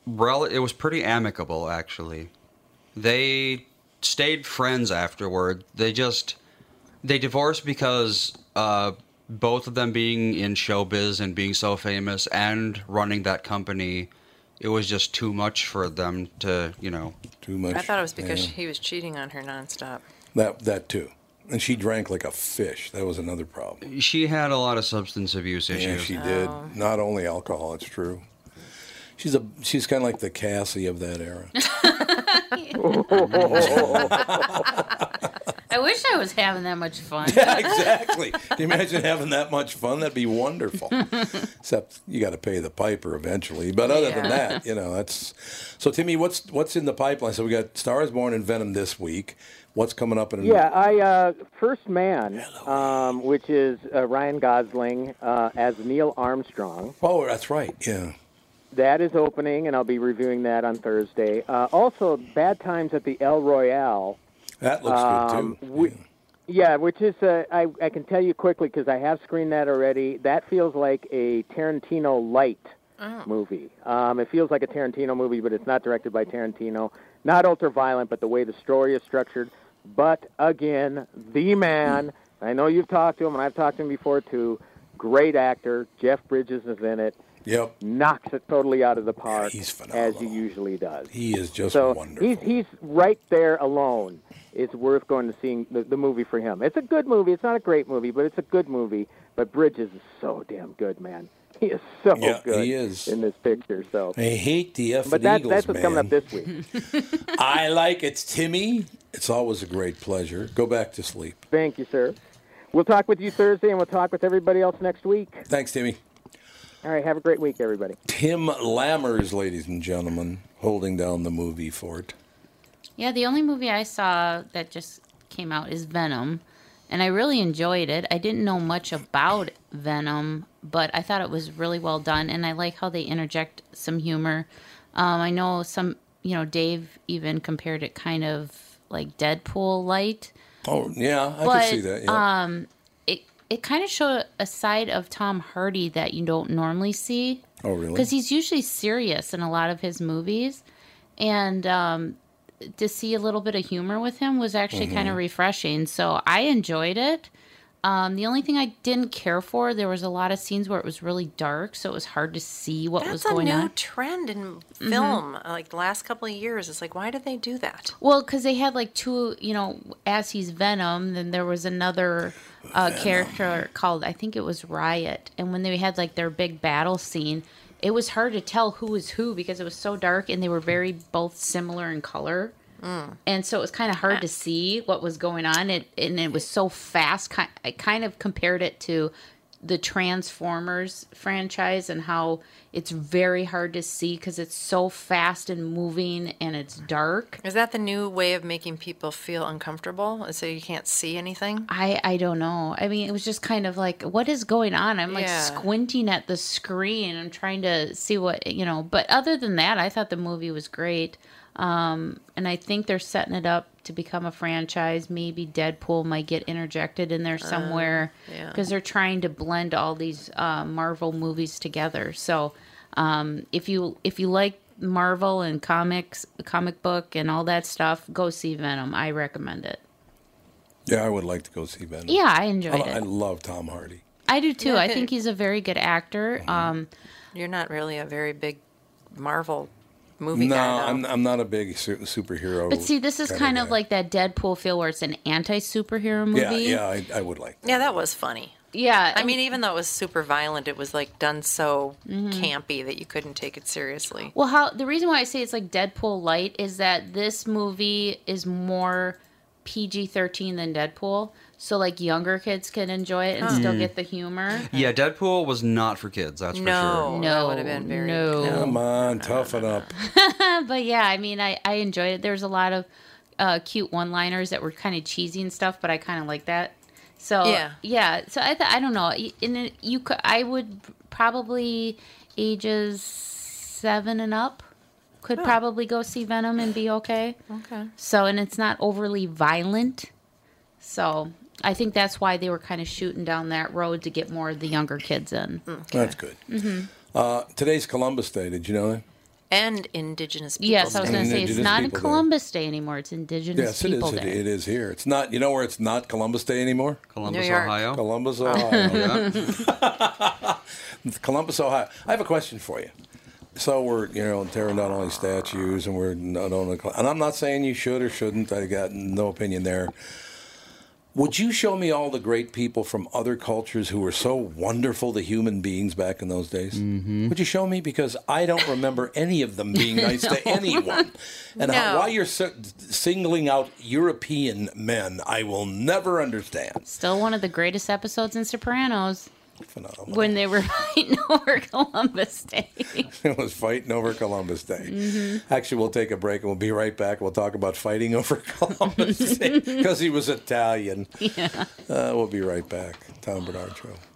[SPEAKER 4] rel- it was pretty amicable actually. They stayed friends afterward. They just they divorced because uh, both of them being in showbiz and being so famous and running that company, it was just too much for them to, you know.
[SPEAKER 1] Too much.
[SPEAKER 3] I thought it was because
[SPEAKER 1] yeah.
[SPEAKER 3] he was cheating on her nonstop.
[SPEAKER 1] that that too. And she drank like a fish. That was another problem.
[SPEAKER 4] She had a lot of substance abuse
[SPEAKER 1] Yeah,
[SPEAKER 4] issues.
[SPEAKER 1] she did.
[SPEAKER 3] Oh.
[SPEAKER 1] Not only alcohol, it's true. She's a she's kind of like the Cassie of
[SPEAKER 3] <laughs>
[SPEAKER 1] that era. <laughs>
[SPEAKER 5] I wish I was having that much fun.
[SPEAKER 1] exactly. Can you imagine having that much fun? That'd
[SPEAKER 3] <laughs>
[SPEAKER 1] be wonderful. Except you got to pay the piper eventually. But other than
[SPEAKER 3] Yeah.
[SPEAKER 1] that, you know, that's. So Timmy, what's what's in the pipeline? So we got Stars Born and Venom this week. What's coming up in?
[SPEAKER 7] Yeah, I uh, First Man, um, which is uh, Ryan Gosling uh, as Neil Armstrong.
[SPEAKER 1] Oh, that's right. Yeah.
[SPEAKER 7] That is opening, and I'll be reviewing that on Thursday. Uh, also, Bad Times at the El Royale.
[SPEAKER 1] That looks
[SPEAKER 7] Um,
[SPEAKER 1] good too.
[SPEAKER 7] we- Yeah, which is uh, I, I can tell you quickly because I have screened that already. That feels like a Tarantino light movie. Um, it feels like a Tarantino movie, but it's not directed by Tarantino. Not ultra violent, but the way the story is structured. But again, the man. I know you've talked to him, and I've talked to him before too. Great actor. Jeff Bridges is in it.
[SPEAKER 1] yep.
[SPEAKER 7] Knocks it totally out of the park,
[SPEAKER 1] he's
[SPEAKER 7] as
[SPEAKER 1] phenomenal.
[SPEAKER 7] he usually does
[SPEAKER 1] He is just
[SPEAKER 7] so
[SPEAKER 1] wonderful.
[SPEAKER 7] he's he's right there alone. It's worth going to seeing the, the movie for him. It's a good movie. It's not a great movie, but it's a good movie. But Bridges is so damn good, man. <laughs> He is so
[SPEAKER 1] Yeah,
[SPEAKER 7] good
[SPEAKER 1] he is.
[SPEAKER 7] in this picture. So,
[SPEAKER 1] I hate the F
[SPEAKER 7] but that,
[SPEAKER 1] Eagles,
[SPEAKER 7] that's what's coming
[SPEAKER 1] man.
[SPEAKER 7] up this week.
[SPEAKER 1] I like it's Timmy. It's always a great pleasure. Go back to sleep.
[SPEAKER 7] Thank you, sir. We'll talk with you Thursday, and we'll talk with everybody else next week.
[SPEAKER 1] Thanks, Timmy.
[SPEAKER 7] All right, have a great week, everybody.
[SPEAKER 1] Tim Lammers, ladies and gentlemen, holding down the movie fort.
[SPEAKER 5] Yeah, the only movie I saw that just came out is Venom, and I really enjoyed it. I didn't know much about Venom, but I thought it was really well done, and I like how they interject some humor. Um, I know some, you know, Dave even compared it kind of like Deadpool light.
[SPEAKER 1] Oh yeah, I
[SPEAKER 5] But, uh,
[SPEAKER 1] can see that. Yeah.
[SPEAKER 5] It it kind of showed a side of Tom Hardy that you don't normally see
[SPEAKER 1] oh really?
[SPEAKER 5] because he's usually serious in a lot of his movies, and um, to see a little bit of humor with him was actually kind
[SPEAKER 3] Mm-hmm.
[SPEAKER 5] of refreshing. So I enjoyed it. Um, the only thing I didn't care for, there was a lot of scenes where it was really dark, so it was hard to see what was
[SPEAKER 3] That's a
[SPEAKER 5] going
[SPEAKER 3] new
[SPEAKER 5] on. Mm-hmm.
[SPEAKER 3] trend in film. uh, Like the last couple of years, it's like, why did they do that?
[SPEAKER 5] Well, because they had like two, you know, as he's Venom, then there was another uh, character called, I think it was Riot. And when they had like their big battle scene, it was hard to tell who was who because it was so dark and they were very both similar in color. And so it was kind of hard to see what was going on. It and it was so fast. Ki- I kind of compared it to the Transformers franchise and how it's very hard to see because it's so fast and moving and it's dark.
[SPEAKER 3] Is that the new way of making people feel uncomfortable? and So you can't see anything?
[SPEAKER 5] I I don't know. I mean, it was just kind of like, what is going on? I'm like
[SPEAKER 3] Yeah.
[SPEAKER 5] squinting at the screen and trying to see what you know. But other than that, I thought the movie was great. Um, and I think they're setting it up to become a franchise. Maybe Deadpool might get interjected in there somewhere
[SPEAKER 3] Uh, yeah.
[SPEAKER 5] because they're trying to blend all these uh, Marvel movies together. So um, if you if you like Marvel and comics, comic book, and all that stuff, go see Venom. I recommend it.
[SPEAKER 1] yeah, I would like to go see Venom.
[SPEAKER 5] Yeah, I enjoyed
[SPEAKER 1] I,
[SPEAKER 5] it.
[SPEAKER 1] I love Tom Hardy.
[SPEAKER 5] I do too. I
[SPEAKER 3] Yeah.
[SPEAKER 5] think he's a very good actor. Um,
[SPEAKER 3] You're not really a very big Marvel movie
[SPEAKER 1] No,
[SPEAKER 3] guy. though.
[SPEAKER 1] I'm I'm not a big su- superhero.
[SPEAKER 5] but see, this is
[SPEAKER 1] kinda
[SPEAKER 5] kind of
[SPEAKER 1] guy.
[SPEAKER 5] like that Deadpool feel where it's an anti superhero movie.
[SPEAKER 1] yeah, yeah. I, I would like. That.
[SPEAKER 3] yeah, that was funny.
[SPEAKER 5] Yeah,
[SPEAKER 3] I mean, even though it was super violent, it was like done so
[SPEAKER 5] Mhm.
[SPEAKER 3] campy that you couldn't take it seriously.
[SPEAKER 5] Well, how the reason why I say it's like Deadpool light is that this movie is more PG thirteen than Deadpool, so like younger kids can enjoy it and
[SPEAKER 4] Huh.
[SPEAKER 5] still
[SPEAKER 4] Mm.
[SPEAKER 5] get the humor.
[SPEAKER 4] Yeah, Deadpool was not for kids. That's for
[SPEAKER 5] no,
[SPEAKER 4] sure.
[SPEAKER 5] no.
[SPEAKER 1] Come on, toughen up.
[SPEAKER 5] but yeah, I mean, I I enjoyed it. There's a lot of uh, cute one liners that were kind of cheesy and stuff, but I kind of like that. So
[SPEAKER 3] Yeah.
[SPEAKER 5] yeah. So I th- I don't know. Y- In it, you could I would probably ages seven and up could probably go see Venom and be okay.
[SPEAKER 3] Okay.
[SPEAKER 5] So, and it's not overly violent. So, I think that's why they were kind of shooting down that road to get more of the younger kids in.
[SPEAKER 1] That's good.
[SPEAKER 5] hmm
[SPEAKER 1] Uh, today's Columbus Day. Did you know that?
[SPEAKER 3] And Indigenous people.
[SPEAKER 5] Yes, I was
[SPEAKER 1] And
[SPEAKER 5] going to say it's
[SPEAKER 1] Indigenous
[SPEAKER 5] not in
[SPEAKER 1] People Day.
[SPEAKER 5] Columbus Day anymore. It's Indigenous
[SPEAKER 1] yes, it
[SPEAKER 5] People
[SPEAKER 1] is. It,
[SPEAKER 5] Day.
[SPEAKER 1] it is here. It's not. You know where it's not Columbus Day anymore?
[SPEAKER 4] Columbus, New York. Ohio?
[SPEAKER 1] Columbus, Ohio. It's <laughs> Columbus, Ohio. I have a question for you. So we're you know tearing down all these statues, and we're not on the, and I'm not saying you should or shouldn't. I got no opinion there. Would you show me all the great people from other cultures who were so wonderful to human beings back in those days?
[SPEAKER 3] Mm-hmm.
[SPEAKER 1] Would you show me? Because I don't remember any of them being nice to
[SPEAKER 3] <laughs> No.
[SPEAKER 1] anyone. And how,
[SPEAKER 3] No.
[SPEAKER 1] why you're si- singling out European men, I will never understand.
[SPEAKER 5] Still one of the greatest episodes in Sopranos. When they were <laughs> fighting over Columbus Day.
[SPEAKER 1] <laughs> it was fighting over Columbus Day.
[SPEAKER 5] Mhm.
[SPEAKER 1] Actually, we'll take a break and we'll be right back. We'll talk about fighting over <laughs> Columbus Day because he was Italian.
[SPEAKER 5] Yeah.
[SPEAKER 1] Uh, we'll be right back. Tom Bernard Show.